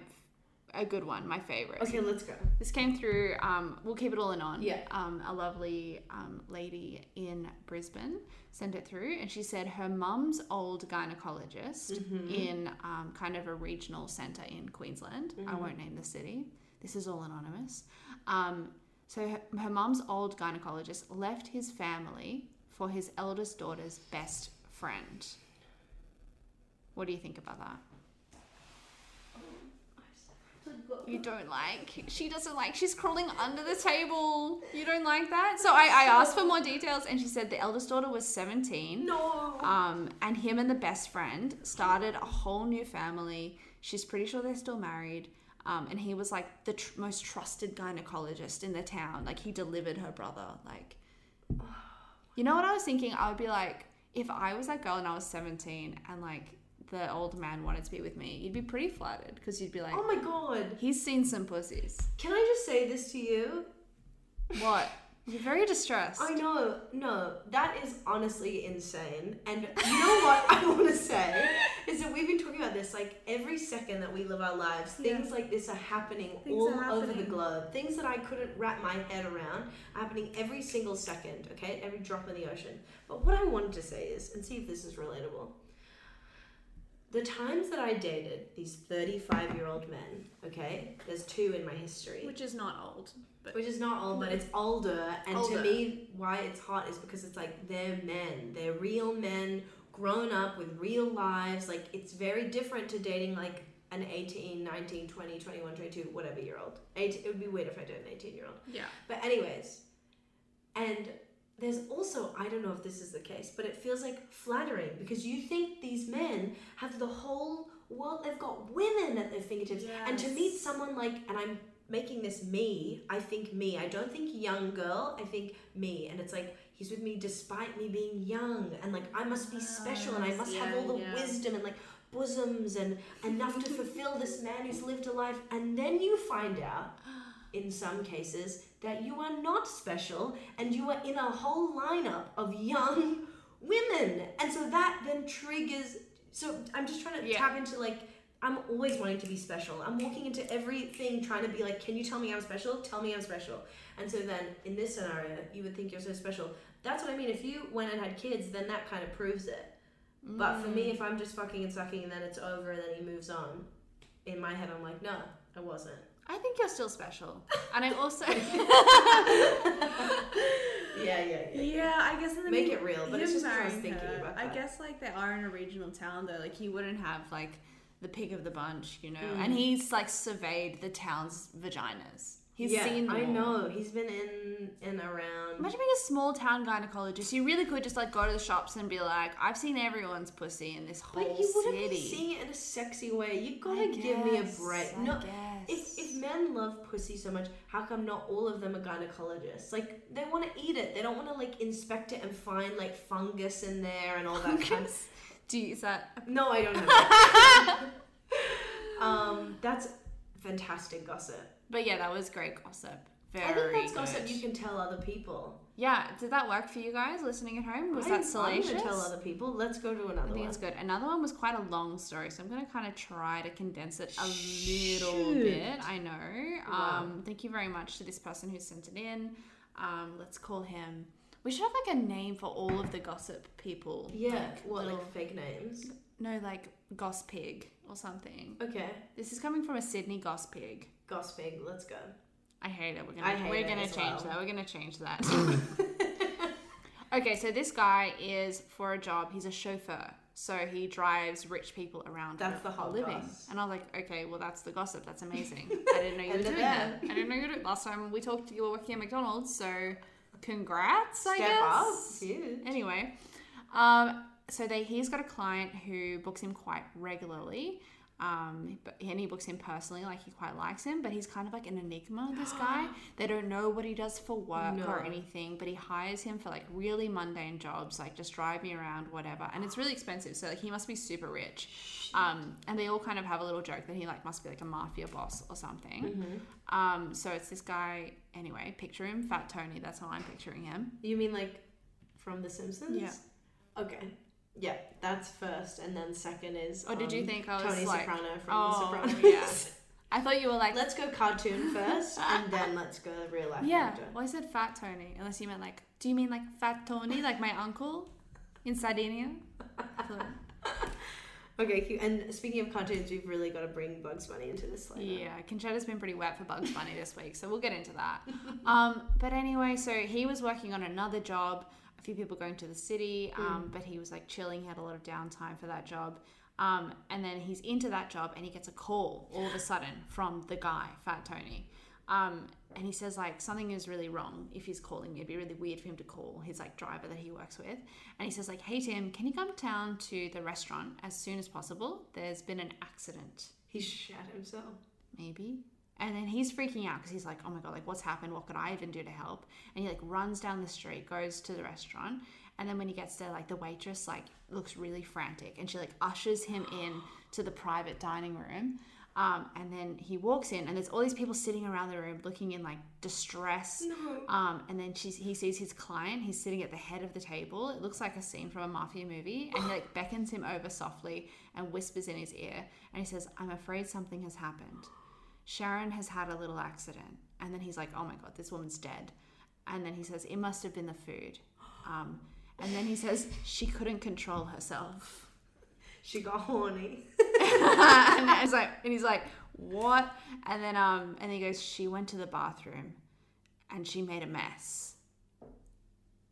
Speaker 1: a good one, my favorite.
Speaker 2: Okay, let's go.
Speaker 1: This came through, um, we'll keep it all in on.
Speaker 2: Yeah.
Speaker 1: Um, a lovely um, lady in Brisbane sent it through, and she said her mum's old
Speaker 2: Mm-hmm.
Speaker 1: gynecologist in um, kind of a regional centre in Queensland. I won't name the city. This is all anonymous. Um, so her, her mum's old gynecologist left his family for his eldest daughter's best friend. What do you think about that? You don't like. She doesn't like. She's crawling under the table. You don't like that. So I, I asked for more details, and she said the eldest daughter was 17.
Speaker 2: No.
Speaker 1: Um, and him and the best friend started a whole new family. She's pretty sure they're still married. Um, and he was like the tr- most trusted gynecologist in the town. Like he delivered her brother. Like, you know what I was thinking? I would be like, if I was that girl and I was 17 and like the old man wanted to be with me, you'd be pretty flattered because you'd be like,
Speaker 2: Oh my god.
Speaker 1: He's seen some pussies.
Speaker 2: Can I just say this to you?
Speaker 1: What? You're very distressed.
Speaker 2: I know, no, that is honestly insane. And you know what I want to say is that we've been talking about this like every second that we live our lives, things like this are happening
Speaker 3: Things
Speaker 2: all
Speaker 3: are
Speaker 2: over the
Speaker 3: happening.
Speaker 2: globe. Things that I couldn't wrap my head around are happening every single second, okay? Every drop in the ocean. But what I wanted to say is, and see if this is relatable. The times that I dated these 35 year old men, okay, there's two in my history.
Speaker 1: Which is not old.
Speaker 2: Which is not old, but it's older. And
Speaker 1: Older.
Speaker 2: to me, why it's hot is because it's like they're men. They're real men, grown up with real lives. Like it's very different to dating like an 18, 19, 20, 21, 22, whatever year old. Eight, it would be weird if I did an 18 year old.
Speaker 1: Yeah.
Speaker 2: But anyways, and there's also I don't know if this is the case, but it feels like flattering because you think these men have the whole world. They've got women at their fingertips, and to meet
Speaker 3: Yes.
Speaker 2: someone like and I'm making this me. I think me. I don't think young girl. I think me, and it's like. He's with me despite me being young, and like I must be special, and I
Speaker 1: Yes,
Speaker 2: must have
Speaker 1: yeah,
Speaker 2: all the
Speaker 1: yeah.
Speaker 2: wisdom and like bosoms and enough to fulfill this man who's lived a life. And then you find out in some cases that you are not special and you are in a whole lineup of young women and so that then triggers so i'm just trying to
Speaker 1: Yeah.
Speaker 2: tap into like i'm always wanting to be special i'm walking into everything trying to be like can you tell me i'm special tell me i'm special and so then in this scenario you would think you're so special that's what i mean if you went and had kids then that kind of proves it but for me if i'm just fucking and sucking and then it's over and then he moves on in my head i'm like no i wasn't
Speaker 1: I think you're still special. And I also.
Speaker 2: yeah, yeah,
Speaker 3: Yeah, I guess in the
Speaker 2: Make
Speaker 3: mean-
Speaker 2: it real,
Speaker 3: him
Speaker 2: but it's just what I was
Speaker 3: marrying
Speaker 2: thinking
Speaker 3: her,
Speaker 2: about
Speaker 3: I
Speaker 2: that.
Speaker 3: guess like they are in a regional town though.
Speaker 1: Like, he wouldn't have, like, the pick of the bunch, you know? And
Speaker 2: Mm.
Speaker 1: he's, like, surveyed the town's vaginas. He's
Speaker 2: yeah,
Speaker 1: seen them.
Speaker 2: I
Speaker 1: all.
Speaker 2: know. He's been in and around.
Speaker 1: Imagine being a small town gynecologist. You really could just, like, go to the shops and be like, I've seen everyone's pussy in this whole
Speaker 2: but you wouldn't
Speaker 1: city.
Speaker 2: be seeing it in a sexy way. You gotta
Speaker 1: I
Speaker 2: give me a
Speaker 1: guess,
Speaker 2: break.
Speaker 1: I
Speaker 2: no,
Speaker 1: guess.
Speaker 2: if if men love pussy so much, how come not all of them are gynecologists? Like they want to eat it. They don't want to like inspect it and find like fungus in there and all that kind of.
Speaker 1: Do you, is that.
Speaker 2: No, I don't know. um, that's fantastic gossip.
Speaker 1: But yeah, that was great gossip. Very
Speaker 2: I think that's
Speaker 1: good.
Speaker 2: gossip you can tell other people.
Speaker 1: Yeah, did that work for you guys listening at home? Was
Speaker 2: I-
Speaker 1: that
Speaker 2: I'm
Speaker 1: salacious?
Speaker 2: gonna tell other people. Let's go to
Speaker 1: I
Speaker 2: another
Speaker 1: think
Speaker 2: one.
Speaker 1: it's good. Another one was quite a long story, so I'm going to kind of try to condense it a little
Speaker 2: Shoot.
Speaker 1: bit. I know.
Speaker 2: Wow.
Speaker 1: Um, thank you very much to this person who sent it in. Um, let's call him. We should have like a name for all of the gossip people.
Speaker 2: Yeah.
Speaker 1: Like,
Speaker 2: what,
Speaker 1: little-
Speaker 2: like fake names?
Speaker 1: no, like gossip pig or something.
Speaker 2: Okay.
Speaker 1: This is coming from a Sydney gossip pig.
Speaker 2: Gossiping. Let's go.
Speaker 1: I hate it. We're gonna
Speaker 2: I hate
Speaker 1: we're
Speaker 2: it
Speaker 1: gonna
Speaker 2: as
Speaker 1: change
Speaker 2: well.
Speaker 1: that. We're gonna change that. okay, so this guy is for a job. He's a chauffeur, so he drives rich people around.
Speaker 2: That's
Speaker 1: for
Speaker 2: the
Speaker 1: a
Speaker 2: hot
Speaker 1: living.
Speaker 2: goss.
Speaker 1: And I was like, okay, well that's the gossip. That's amazing. I didn't know you were
Speaker 2: And
Speaker 1: doing
Speaker 2: they're
Speaker 1: that. I didn't know you were doing. Last time we talked, you were working at McDonald's, so congrats. I
Speaker 2: Step
Speaker 1: guess.
Speaker 2: up. Huge.
Speaker 1: Anyway, um, so they he's got a client who books him quite regularly. Um, but, and he books him personally, like he quite likes him, but he's kind of like an enigma, this guy. They don't know what he does for work or
Speaker 2: No.
Speaker 1: anything, but he hires him for like really mundane jobs, like just drive me around, whatever. And it's really expensive, so like he must be super rich. Um, and they all kind of have a little joke that he like must be like a mafia boss or something.
Speaker 2: Mm-hmm.
Speaker 1: Um, so it's this guy, anyway, picture him, Fat Tony, that's how I'm picturing him.
Speaker 2: You mean like from The Simpsons?
Speaker 1: Yeah.
Speaker 2: Okay. Yeah, that's first, and then second is.
Speaker 1: Or Oh, did you
Speaker 2: um,
Speaker 1: think I was
Speaker 2: Tony
Speaker 1: like,
Speaker 2: Soprano from
Speaker 1: oh,
Speaker 2: The Sopranos?
Speaker 1: yeah. I thought you were like,
Speaker 2: Let's go cartoon first, and then let's go real life
Speaker 1: yeah.
Speaker 2: character.
Speaker 1: Well, I said Fat Tony, unless you meant like, do you mean like Fat Tony, like my uncle in Sardinia? I thought-
Speaker 2: Okay, cute. And speaking of cartoons, we've really got to bring Bugs Bunny into this. lineup.
Speaker 1: Yeah, Conchetta's been pretty wet for Bugs Bunny this week, so we'll get into that. Um, but anyway, so he was working on another job. A few people going to the city, um, but he was like chilling. He had a lot of downtime for that job. Um, and then he's into that job, and he gets a call all of a sudden from the guy, Fat Tony. Um, and he says like something is really wrong if he's calling me. It'd be really weird for him to call his like driver that he works with. And he says like, "Hey Tim, can you come down to the restaurant as soon as possible? There's been an accident."
Speaker 2: He shat himself.
Speaker 1: maybe. And then he's freaking out because he's like, oh my God, like what's happened? What could I even do to help? And he like runs down the street, goes to the restaurant. And then when he gets there, like the waitress like looks really frantic and she like ushers him in to the private dining room. Um, and then he walks in and there's all these people sitting around the room looking in like distress. Um, and then she's, he sees his client. He's sitting at the head of the table. It looks like a scene from a mafia movie. And he like beckons him over softly and whispers in his ear. And he says, I'm afraid something has happened. Sharon has had a little accident. And then he's like, oh my God, this woman's dead. And then he says, it must have been the food. Um, and then he says, she couldn't control herself.
Speaker 2: She got horny.
Speaker 1: and, then he's like, and he's like, what? And then um, and he goes, she went to the bathroom and she made a mess.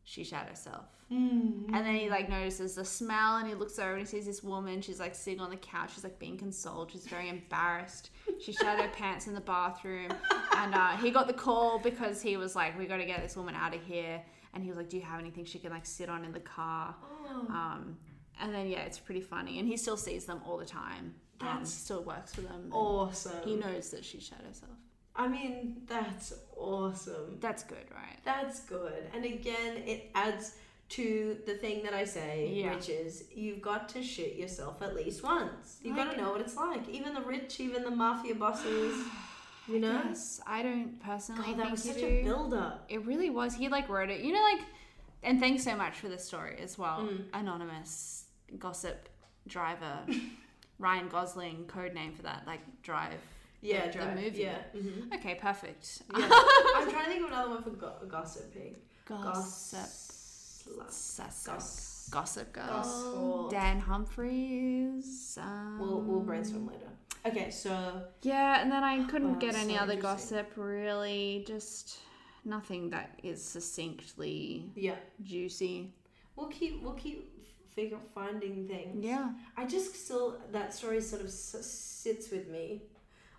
Speaker 1: She shat herself.
Speaker 2: Mm-hmm.
Speaker 1: And then he like notices the smell and he looks over and he sees this woman. She's like sitting on the couch. She's like being consoled. She's very embarrassed. She shat her pants in the bathroom. And uh, he got the call because he was like, we got to get this woman out of here. And he was like, do you have anything she can like sit on in the car?
Speaker 2: Oh,
Speaker 1: Um, and then, yeah, it's pretty funny. And he still sees them all the time. um,
Speaker 2: That's
Speaker 1: still works for them. And
Speaker 2: Awesome.
Speaker 1: He knows that she shat herself.
Speaker 2: I mean, that's awesome.
Speaker 1: That's good, right?
Speaker 2: That's good. And again, it adds to the thing that I say,
Speaker 1: Yeah.
Speaker 2: which is you've got to shit yourself at least once. You've got
Speaker 1: Like-
Speaker 2: to know what it's like. Even the rich, even the mafia bosses, you know?
Speaker 1: Yes, I don't personally.
Speaker 2: God,
Speaker 1: think
Speaker 2: that was
Speaker 1: you
Speaker 2: such
Speaker 1: do.
Speaker 2: a build up.
Speaker 1: It really was. He like wrote it, you know, like, and thanks so much for the story as well.
Speaker 2: Mm.
Speaker 1: Anonymous gossip driver, Ryan Gosling, code name for that, like drive.
Speaker 2: Yeah,
Speaker 1: the
Speaker 2: drive.
Speaker 1: movie.
Speaker 2: Yeah. mhm.
Speaker 1: Okay, perfect.
Speaker 2: yeah. I'm trying to think of another one for go- gossiping.
Speaker 1: Gossip.
Speaker 2: Gossip.
Speaker 1: Gossip.
Speaker 2: Goss.
Speaker 1: Gossip girl.
Speaker 2: Gossip.
Speaker 1: Dan Humphries. Um,
Speaker 2: We'll, we'll brainstorm later. Okay, so
Speaker 1: Yeah, and then I couldn't
Speaker 2: Wow,
Speaker 1: get
Speaker 2: so
Speaker 1: any other
Speaker 2: interesting.
Speaker 1: gossip really. Just nothing that is succinctly
Speaker 2: yeah,
Speaker 1: juicy.
Speaker 2: we'll keep we'll keep figure finding things.
Speaker 1: Yeah.
Speaker 2: I just still that story sort of s- sits with me,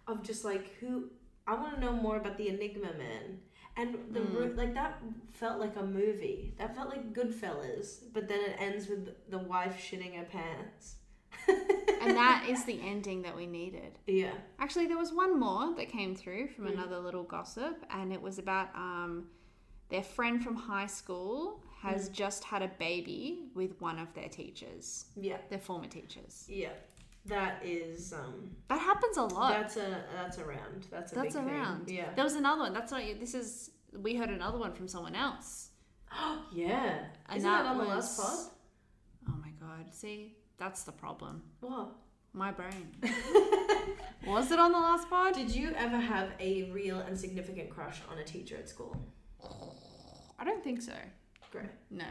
Speaker 2: of just like who I want to know more about the Enigma Man and the
Speaker 1: Hmm.
Speaker 2: ro- like that felt like a movie that felt like Goodfellas, but then it ends with the wife shitting her pants.
Speaker 1: and that is the ending that we needed.
Speaker 2: Yeah,
Speaker 1: Actually, there was one more that came through from
Speaker 2: Mm.
Speaker 1: another little gossip, and it was about um, their friend from high school
Speaker 2: Hmm.
Speaker 1: has just had a baby with one of their teachers,
Speaker 2: yeah,
Speaker 1: their former teachers.
Speaker 2: yeah. That is um.
Speaker 1: That happens a lot.
Speaker 2: That's a that's around. That's a
Speaker 1: That's
Speaker 2: big
Speaker 1: around.
Speaker 2: Thing. Yeah.
Speaker 1: There was another one. That's not. This is. We heard another one from someone else.
Speaker 2: yeah.
Speaker 1: And
Speaker 2: Isn't that,
Speaker 1: that
Speaker 2: on the
Speaker 1: was-
Speaker 2: last pod?
Speaker 1: Oh my god! See, that's the problem.
Speaker 2: What?
Speaker 1: My brain. was it on the last pod?
Speaker 2: Did you ever have a real and significant crush on a teacher at school?
Speaker 1: I don't think so.
Speaker 2: Great.
Speaker 1: No.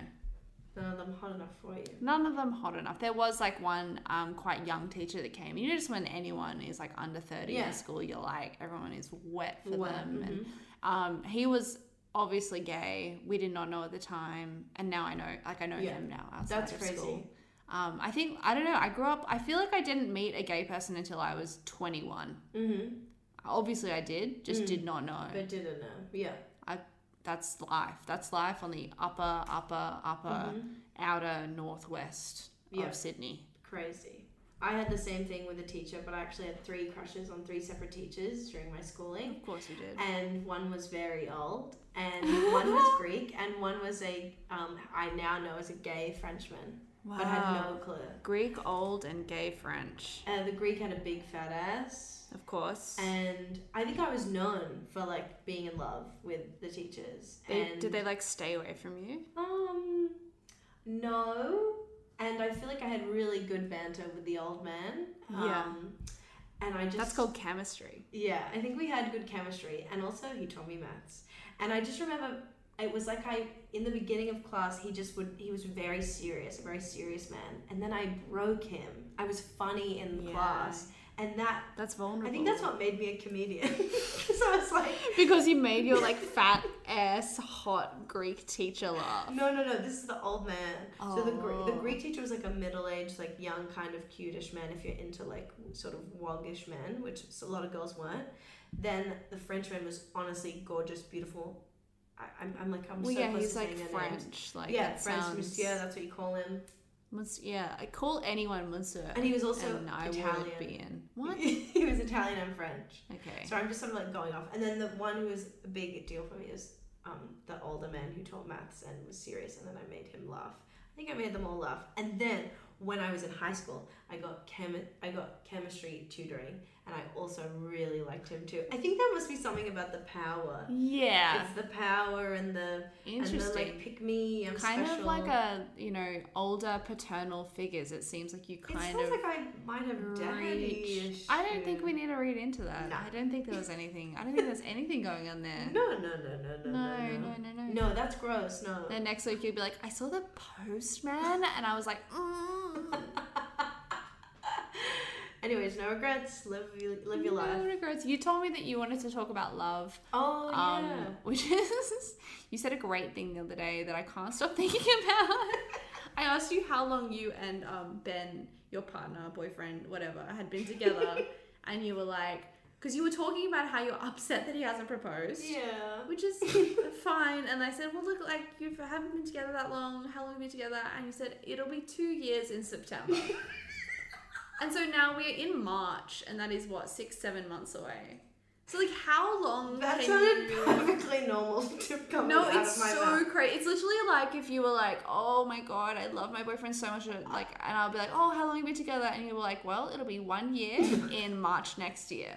Speaker 2: None of them hot enough for you.
Speaker 1: None of them hot enough. There was like one um, quite young teacher that came. You know, just when anyone is like under thirty
Speaker 2: Yeah.
Speaker 1: in school, you're like everyone is wet for
Speaker 2: Wow. Mm-hmm.
Speaker 1: them. And um, he was obviously gay. We did not know at the time, and now I know. Like I know
Speaker 2: Yeah.
Speaker 1: him now. Outside
Speaker 2: That's
Speaker 1: of
Speaker 2: crazy.
Speaker 1: School. Um, I think I don't know. I grew up. I feel like I didn't meet a gay person until I was 21.
Speaker 2: Mm-hmm.
Speaker 1: Obviously, I did. Just
Speaker 2: Mm.
Speaker 1: did not know.
Speaker 2: But didn't know. Yeah.
Speaker 1: That's life. That's life on the upper, upper, upper,
Speaker 2: Mhm.
Speaker 1: outer northwest
Speaker 2: Yeah.
Speaker 1: of Sydney.
Speaker 2: Crazy. I had the same thing with a teacher, but I actually had three crushes on three separate teachers during my schooling.
Speaker 1: Of course, you did.
Speaker 2: And one was very old, and one was Greek, and one was a um, I now know as a gay Frenchman, but had no clue.
Speaker 1: Greek, old, and gay French.
Speaker 2: Uh, the Greek had a big fat ass.
Speaker 1: Of course.
Speaker 2: and I think I was known for like being in love with the teachers.
Speaker 1: They,
Speaker 2: and
Speaker 1: did they like stay away from you?
Speaker 2: Um, no. And I feel like I had really good banter with the old man.
Speaker 1: Yeah.
Speaker 2: Um, And I just
Speaker 1: That's called chemistry.
Speaker 2: yeah, I think we had good chemistry, and also he taught me maths. And I just remember it was like I in the beginning of class he just would he was very serious, a very serious man, and then I broke him. I was funny in
Speaker 1: Yeah.
Speaker 2: class, and that
Speaker 1: That's vulnerable.
Speaker 2: I think that's what made me a comedian. Because I was like,
Speaker 1: because you made your like fat ass hot Greek teacher laugh.
Speaker 2: no, no, no, this is the old man. So the Gre- the
Speaker 1: Oh.
Speaker 2: Greek teacher was like a middle aged, like young, kind of cutish man. If you're into like sort of woggish men, which s- a lot of girls weren't, then the Frenchman was honestly gorgeous, beautiful. I, I'm, I'm like I'm
Speaker 1: Well,
Speaker 2: so
Speaker 1: yeah,
Speaker 2: close
Speaker 1: he's
Speaker 2: to
Speaker 1: like
Speaker 2: saying their names.
Speaker 1: French. Like
Speaker 2: yeah,
Speaker 1: that
Speaker 2: French
Speaker 1: sounds.
Speaker 2: Monsieur, that's what you call him.
Speaker 1: Mons- yeah, I call anyone Monsieur.
Speaker 2: And he was also
Speaker 1: and I
Speaker 2: Italian.
Speaker 1: would be in. What?
Speaker 2: he was Italian and French.
Speaker 1: Okay.
Speaker 2: So I'm just sort of like going off. And then the one who was a big deal for me is um, the older man who taught maths and was serious, and then I made him laugh. I think I made them all laugh. And then when I was in high school, I got chemi- I got chemistry tutoring, and I also really liked him too. I think that must be something about the power.
Speaker 1: Yeah.
Speaker 2: It's the power and the and the
Speaker 1: Interesting.
Speaker 2: like pick me. I'm
Speaker 1: kind
Speaker 2: special.
Speaker 1: of like a you know older paternal figures. It seems like you
Speaker 2: It
Speaker 1: kind
Speaker 2: sounds
Speaker 1: of.
Speaker 2: like I might have daddy.
Speaker 1: reached- I don't think we need to read into that.
Speaker 2: No.
Speaker 1: I don't think there was anything. I don't think there's anything going on there.
Speaker 2: No, no, no, no, no, no, no.
Speaker 1: no, no, no.
Speaker 2: No, that's gross. No.
Speaker 1: Then next week you'd be like, I saw the postman, and I was like, mm,
Speaker 2: Anyways, no regrets. Live your, live your
Speaker 1: no
Speaker 2: life.
Speaker 1: regrets. You told me that you wanted to talk about love,
Speaker 2: Oh
Speaker 1: um,
Speaker 2: yeah.
Speaker 1: which is you said a great thing the other day that I can't stop thinking about.
Speaker 3: I asked you how long you and um, Ben, your partner, boyfriend, whatever, had been together, and you were like, because you were talking about how you're upset that he hasn't proposed,
Speaker 2: yeah.
Speaker 3: which is fine. And I said, well, look, like you haven't been together that long. How long have you been together? And you said it'll be two years in September. and so now we're in March, and that is what six, seven months away. So like, how long?
Speaker 2: That
Speaker 3: can
Speaker 2: sounded
Speaker 3: you...
Speaker 2: perfectly normal to come
Speaker 3: No,
Speaker 2: out
Speaker 3: it's
Speaker 2: of my
Speaker 3: so
Speaker 2: mouth.
Speaker 3: crazy. It's literally
Speaker 1: like if you were like, oh my god, I love my boyfriend so much, like, and I'll be like, oh, how long have you been together? And you were like, well, it'll be one year in March next year.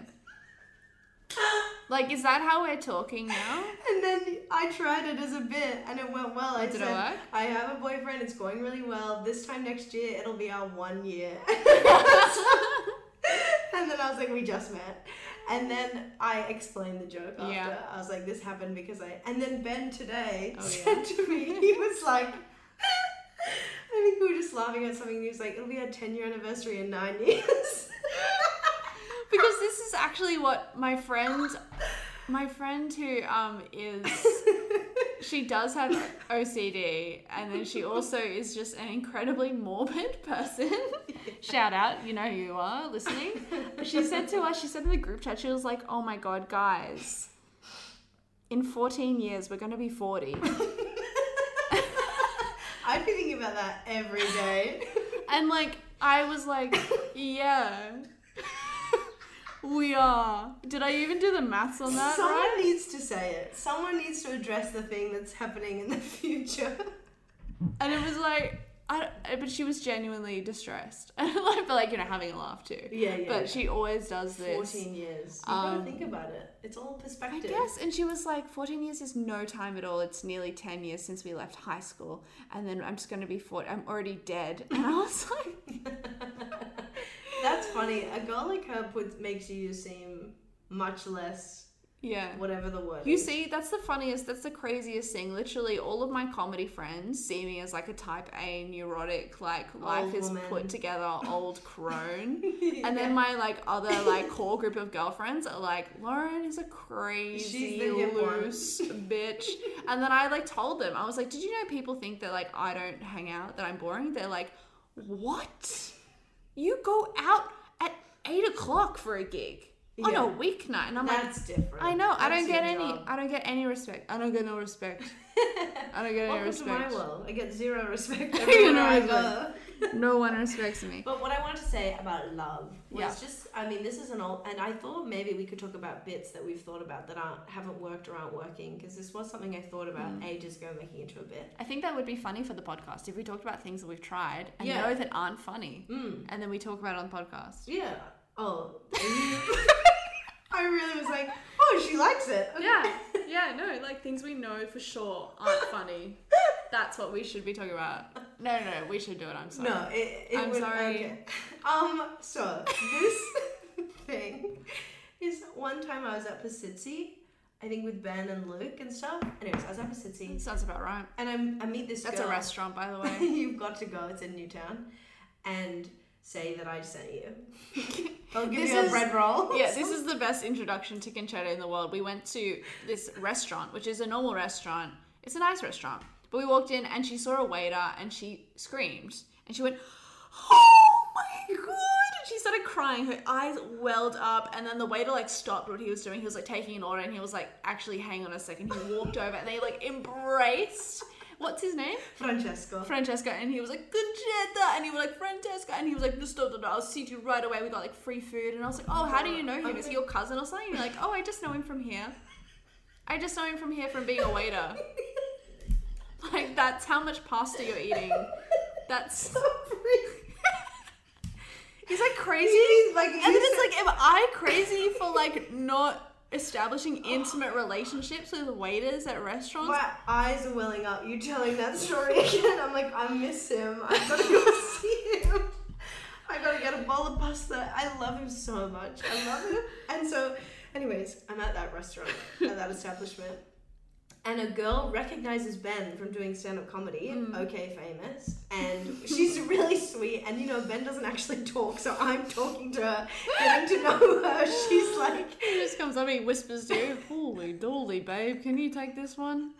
Speaker 1: Like, is that how we're talking now?
Speaker 2: And then I tried it as a bit, and it went well. I
Speaker 1: Did it
Speaker 2: said,
Speaker 1: work?
Speaker 2: I have a boyfriend. It's going really well. This time next year, it'll be our one year. and then I was like, we just met. And then I explained the joke after.
Speaker 1: Yeah.
Speaker 2: I was like, this happened because I. And then Ben today
Speaker 1: Oh,
Speaker 2: said
Speaker 1: yeah.
Speaker 2: to me, he was like, I think we were just laughing at something. He was like, it'll be our 10 year anniversary in nine years.
Speaker 1: Because this is actually what my friend, my friend who um is, she does have OCD, and then she also is just an incredibly morbid person. Shout out, you know who you are listening. She said to us, she said in the group chat, she was like, "Oh my god, guys." In 14 years, we're going to be 40.
Speaker 2: I'd be thinking about that every day.
Speaker 1: And like, I was like, yeah, we are. Did I even do the maths on that
Speaker 2: Someone
Speaker 1: right?
Speaker 2: needs to say it. Someone needs to address the thing that's happening in the future.
Speaker 1: And it was like, I don't, but she was genuinely distressed. And like, but like, you know, having a laugh too.
Speaker 2: Yeah, yeah.
Speaker 1: But she always does this.
Speaker 2: 14 years. You gotta
Speaker 1: Um,
Speaker 2: think about it. It's all
Speaker 1: I
Speaker 2: perspective.
Speaker 1: guess. And she was like, 14 years is no time at all. It's nearly 10 years since we left high school. And then I'm just going to be 40. I'm already dead. And I was like,
Speaker 2: That's funny. A girl like her puts, makes you seem much less
Speaker 1: yeah.
Speaker 2: whatever the word.
Speaker 1: You
Speaker 2: is.
Speaker 1: see, that's the funniest, that's the craziest thing. Literally, all of my comedy friends see me as like a type A neurotic, like life is
Speaker 2: woman.
Speaker 1: put together, old crone. And then my like other like core group of girlfriends are like, Lauren is a crazy
Speaker 2: hip one."
Speaker 1: loose bitch. And then I like told them, I was like, did you know people think that like I don't hang out, that I'm boring? They're like, what? You go out at eight o'clock for a gig on
Speaker 2: Yeah.
Speaker 1: a weeknight, and I'm like.
Speaker 2: that's different.
Speaker 1: I know. I
Speaker 2: That's
Speaker 1: don't get
Speaker 2: your
Speaker 1: any.
Speaker 2: job.
Speaker 1: I don't get any respect. I don't get no respect. I don't get any
Speaker 2: Welcome to my
Speaker 1: respect.
Speaker 2: world. I get zero respect
Speaker 1: get
Speaker 2: everywhere
Speaker 1: no
Speaker 2: I go.
Speaker 1: respect. No one respects me.
Speaker 2: But what I wanted to say about love was
Speaker 1: Yeah.
Speaker 2: just, I mean, this is an old, and I thought maybe we could talk about bits that we've thought about that aren't haven't worked or aren't working because this was something I thought
Speaker 1: Mm.
Speaker 2: about ages ago, making into a bit.
Speaker 1: I think that would be funny for the podcast if we talked about things that we've tried and
Speaker 2: Yeah.
Speaker 1: know that aren't funny,
Speaker 2: Mm.
Speaker 1: and then we talk about it on the podcast.
Speaker 2: Yeah. Oh. I really was like, oh, she likes it. Okay.
Speaker 3: yeah, yeah, no, like things we know for sure aren't funny.
Speaker 1: That's what we should be talking about. No, no, no we should do it. I'm sorry.
Speaker 2: No, it, it
Speaker 1: I'm
Speaker 2: would,
Speaker 1: sorry.
Speaker 2: Okay. Um. So this thing is one time I was at Pasitsi, I think with Ben and Luke and stuff. Anyways, I was at Pasitsi
Speaker 1: Sounds about right.
Speaker 2: and I'm, I meet this
Speaker 1: That's
Speaker 2: girl.
Speaker 1: a restaurant, by the way.
Speaker 2: You've got to go. It's in Newtown. And say that I sent you. I'll give
Speaker 1: This
Speaker 2: you a
Speaker 1: is-
Speaker 2: bread roll.
Speaker 1: Yeah, this is the best introduction to Conchetta in the world. We went to this restaurant, which is a normal restaurant. It's a nice restaurant. But we walked in and she saw a waiter and she screamed. And she went, Oh my god! And she started crying. Her eyes welled up. And then the waiter like stopped what he was doing. He was like taking an order and he was like, actually hang on a second. He walked over and they like embraced. What's his name?
Speaker 2: Francesco.
Speaker 1: Francesca and he was like Conchetta and he was like Francesca and he was like no stop no, no, I'll see you right away we got like free food and I was like oh how do you know him is he your cousin or something you're like oh I just know him from here I just know him from here from being a waiter like that's how much pasta you're eating that's is that crazy
Speaker 2: He's like,
Speaker 1: and then it's like am I crazy for like not establishing intimate relationships with waiters at restaurants
Speaker 2: my eyes are welling up. You telling that story again? I'm like, I miss him. I've got to go see him. I gotta get a bowl of pasta. I love him so much. I love him. And so, anyways, I'm at that restaurant, at that establishment, and a girl recognizes Ben from doing stand up comedy, okay, famous, and she's really sweet. And you know, Ben doesn't actually talk, so I'm talking to her, getting to know her. She's like,
Speaker 1: He just comes up and he whispers to you, Holy dolly, babe, can you take this one?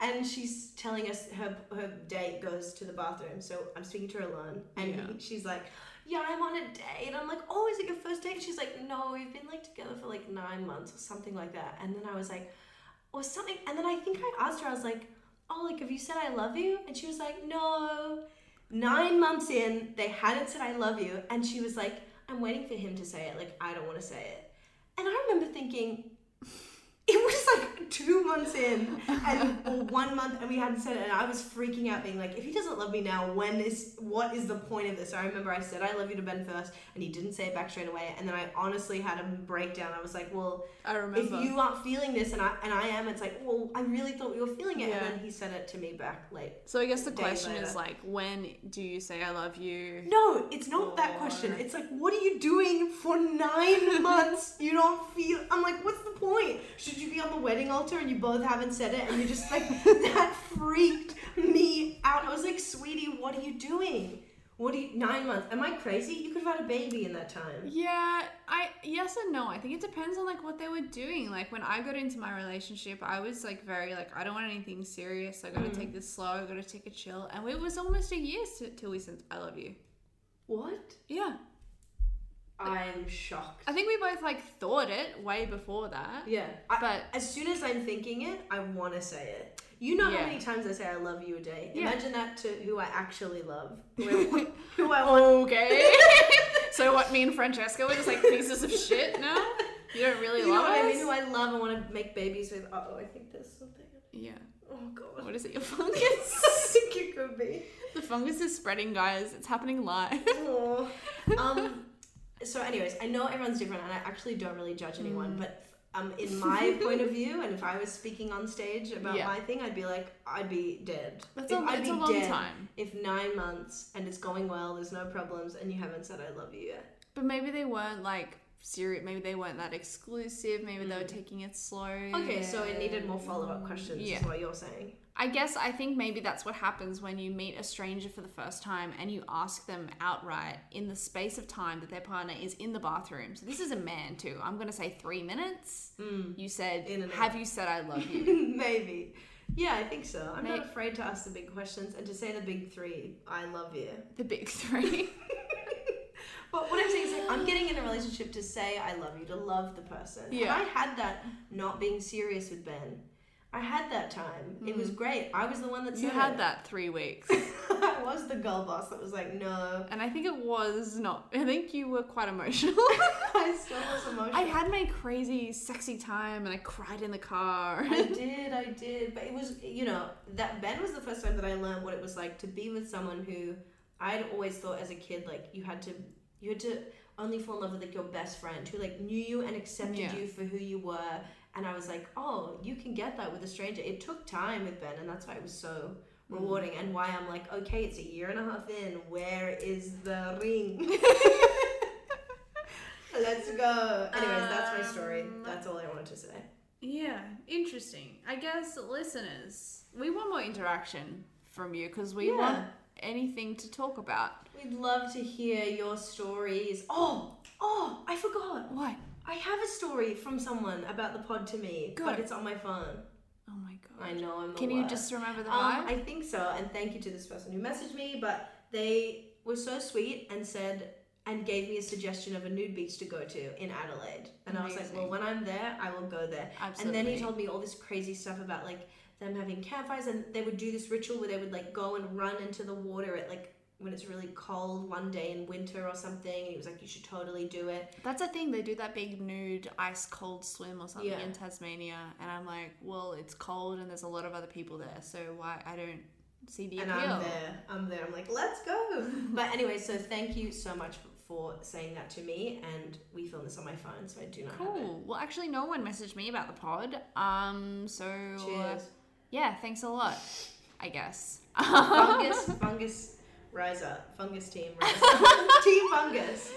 Speaker 2: and she's telling us her her date goes to the bathroom. So I'm speaking to her alone, and
Speaker 1: Yeah.
Speaker 2: he- she's like, "Yeah, I'm on a date." And I'm like, "Oh, is it your first date?" And she's like, "No, we've been like together for like nine months or something like that." And then I was like, or something. And then I think I asked her, I was like, "Oh, like have you said I love you?" And she was like, "No." Nine months in, they hadn't said I love you, and she was like, "I'm waiting for him to say it. Like I don't want to say it." And I remember thinking, it was like two months in, and or one month, and we hadn't said it, and I was freaking out, being like, if he doesn't love me now, when is what is the point of this? I remember I said I love you to Ben first, and he didn't say it back straight away, and then I honestly had a breakdown. I was like, well,
Speaker 1: I remember.
Speaker 2: if you aren't feeling this, and I and I am, it's like, well, I really thought you were feeling it,
Speaker 1: Yeah.
Speaker 2: and then he sent it to me back late.
Speaker 1: so I guess the
Speaker 2: Days
Speaker 1: question
Speaker 2: later.
Speaker 1: is like, when do you say I love you?
Speaker 2: No, it's not that question. It's like, what are you doing for nine months? You don't feel. I'm like, what's the point? Should you be on the wedding altar and you both haven't said it and you're just like, that freaked me out. I was like, sweetie, what are you doing? What do you. Nine months. Am I crazy? You could have had a baby in that time.
Speaker 1: Yeah, I yes and no. I think it depends on like what they were doing. Like when I got into my relationship, I was like very like I don't want anything serious. I got to take this slow. I got to take a chill. And it was almost a year s- till we said I love you.
Speaker 2: What?
Speaker 1: Yeah,
Speaker 2: I'm shocked.
Speaker 1: I think we both like thought it way before that.
Speaker 2: Yeah. I,
Speaker 1: But-
Speaker 2: as soon as I'm thinking it, I want to say it. You know
Speaker 1: Yeah.
Speaker 2: how many times I say I love you a day.
Speaker 1: Yeah.
Speaker 2: Imagine that to who I actually love. Who I, who I want.
Speaker 1: Okay. so what? Me and Francesca were just like pieces of shit now. You don't really
Speaker 2: You know
Speaker 1: love
Speaker 2: what I
Speaker 1: us.
Speaker 2: mean? Who I love and want to make babies with. Uh oh, I think there's something.
Speaker 1: Yeah.
Speaker 2: Oh god.
Speaker 1: What is it? Your
Speaker 2: I
Speaker 1: fungus?
Speaker 2: think it could be.
Speaker 1: the fungus is spreading, guys. It's happening live.
Speaker 2: Aw. um. So, anyways, I know everyone's different, and I actually don't really judge
Speaker 1: Mm.
Speaker 2: anyone. But um, in my point of view, and if I was speaking on stage about
Speaker 1: Yeah.
Speaker 2: my thing, I'd be like, I'd be dead.
Speaker 1: That's
Speaker 2: If
Speaker 1: a,
Speaker 2: I'd
Speaker 1: it's
Speaker 2: be
Speaker 1: a long
Speaker 2: dead
Speaker 1: time.
Speaker 2: If nine months and it's going well, there's no problems, and you haven't said I love you yet.
Speaker 1: But maybe they weren't like serious. Maybe they weren't that exclusive. Maybe they were
Speaker 2: Mm.
Speaker 1: taking it slow.
Speaker 2: Okay, so it needed more follow up questions, is
Speaker 1: Yeah.
Speaker 2: what you're saying.
Speaker 1: I guess I think maybe that's what happens when you meet a stranger for the first time and you ask them outright in the space of time that their partner is in the bathroom. So this is a man too. I'm gonna say three minutes.
Speaker 2: Mm.
Speaker 1: You said,
Speaker 2: In and out.
Speaker 1: "Have you said I love you?"
Speaker 2: Maybe. Yeah, I think so. I'm
Speaker 1: May-
Speaker 2: not afraid to ask the big questions and to say the big three. I love you.
Speaker 1: the big three.
Speaker 2: But what I'm saying is, like, I'm getting in a relationship to say I love you, to love the person.
Speaker 1: Yeah.
Speaker 2: And I had that not being serious with Ben. I had that time. It was great. I was the one that said
Speaker 1: Mm-hmm. you had
Speaker 2: it.
Speaker 1: that three weeks.
Speaker 2: I was the girl boss that was like, no.
Speaker 1: And I think it was not. I think you were quite emotional.
Speaker 2: I still was emotional.
Speaker 1: I had my crazy, sexy time, and I cried in the car.
Speaker 2: I did, I did. But it was, you know, that Ben was the first time that I learned what it was like to be with someone who I'd always thought as a kid, like, you had to, you had to only fall in love with, like, your best friend who, like, knew you and accepted
Speaker 1: Yeah.
Speaker 2: you for who you were. And I was like, oh, you can get that with a stranger. It took time with Ben, and that's why it was so rewarding and why I'm like, okay, it's a year and a half in. Where is the ring? Let's go. Anyways, that's my story.
Speaker 3: Um,
Speaker 2: That's all I wanted to say.
Speaker 3: Yeah, interesting. I guess listeners,
Speaker 1: We want more interaction from you because we
Speaker 2: Yeah.
Speaker 1: want anything to talk about.
Speaker 2: We'd love to hear your stories. Oh, oh, I forgot.
Speaker 1: What?
Speaker 2: I have a story from someone about the pod to me,
Speaker 1: Go.
Speaker 2: but it's on my phone.
Speaker 1: Oh my god.
Speaker 2: I know I'm. the
Speaker 1: Can you
Speaker 2: worst.
Speaker 1: just remember the vibe?
Speaker 2: Um, I think so, and thank you to this person who messaged me, but they were so sweet and said and gave me a suggestion of a nude beach to go to in Adelaide. And I was like,
Speaker 1: Amazing.
Speaker 2: well, when I'm there, I will go there.
Speaker 1: Absolutely.
Speaker 2: And then he told me all this crazy stuff about like them having campfires, and they would do this ritual where they would like go and run into the water at like when it's really cold one day in winter or something. And he was like, you should totally do it.
Speaker 1: That's the thing, they do that big nude ice cold swim or something
Speaker 2: Yeah.
Speaker 1: in Tasmania and I'm like, Well, it's cold and there's a lot of other people there, so why I don't see the
Speaker 2: and
Speaker 1: appeal.
Speaker 2: I'm there. I'm there. I'm like, let's go. but anyway, so thank you so much for saying that to me. And we filmed this on my phone, so I do not have it.
Speaker 1: Cool. Well actually no one messaged me about the pod. Um so uh,
Speaker 2: Cheers.
Speaker 1: yeah, thanks a lot. I guess.
Speaker 2: fungus, fungus, rise up. Fungus team, rise up. team fungus.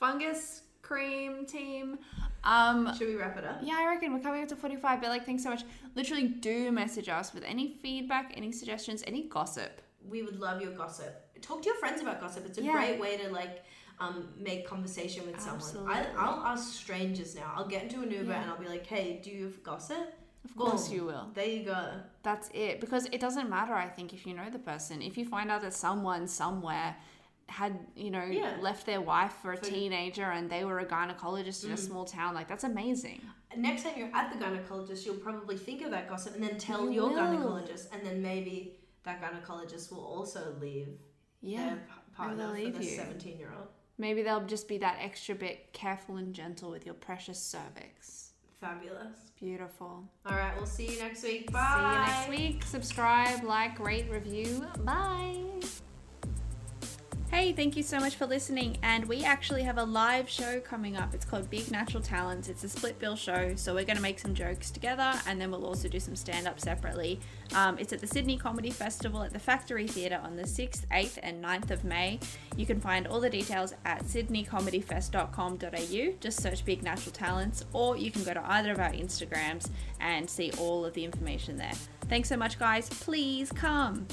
Speaker 1: Fungus cream team. Um
Speaker 2: Should we wrap it up?
Speaker 1: Yeah, I reckon we're coming up to 45, but like, thanks so much. Literally, do message us with any feedback, any suggestions, any gossip.
Speaker 2: We would love your gossip. Talk to your friends about gossip. It's a
Speaker 1: Yeah.
Speaker 2: great way to like um, make conversation with someone. I,
Speaker 1: Absolutely.
Speaker 2: I'll ask strangers now. I'll get into an Uber
Speaker 1: Yeah.
Speaker 2: and I'll be like, "Hey, do you have gossip?"
Speaker 1: Of course,
Speaker 2: Boom.
Speaker 1: you will.
Speaker 2: There you go.
Speaker 1: That's it. Because it doesn't matter, I think, if you know the person. If you find out that someone somewhere had, you know,
Speaker 2: Yeah.
Speaker 1: left their wife for Mm. a
Speaker 2: For-
Speaker 1: teenager and they were a gynecologist in a small town, like, that's amazing.
Speaker 2: Next time you're at the gynecologist, you'll probably think of that gossip and then tell
Speaker 1: You
Speaker 2: your
Speaker 1: will.
Speaker 2: gynecologist, and then maybe that gynecologist will also leave
Speaker 1: Yeah.
Speaker 2: their partner
Speaker 1: they'll
Speaker 2: for
Speaker 1: leave
Speaker 2: the
Speaker 1: you.
Speaker 2: seventeen-year-old.
Speaker 1: Maybe they'll just be that extra bit careful and gentle with your precious cervix.
Speaker 2: Fabulous.
Speaker 1: Beautiful.
Speaker 2: All right, we'll see you next week. Bye.
Speaker 1: See you next week. Subscribe, like, rate, review. Bye. Hey, thank you so much for listening. And we actually have a live show coming up. It's called Big Natural Talents. It's a split bill show. So we're going to make some jokes together and then we'll also do some stand up separately. Um, it's at the Sydney Comedy Festival at the Factory Theatre on the 6th, 8th, and 9th of May. You can find all the details at sydneycomedyfest.com.au. Just search Big Natural Talents or you can go to either of our Instagrams and see all of the information there. Thanks so much, guys. Please come.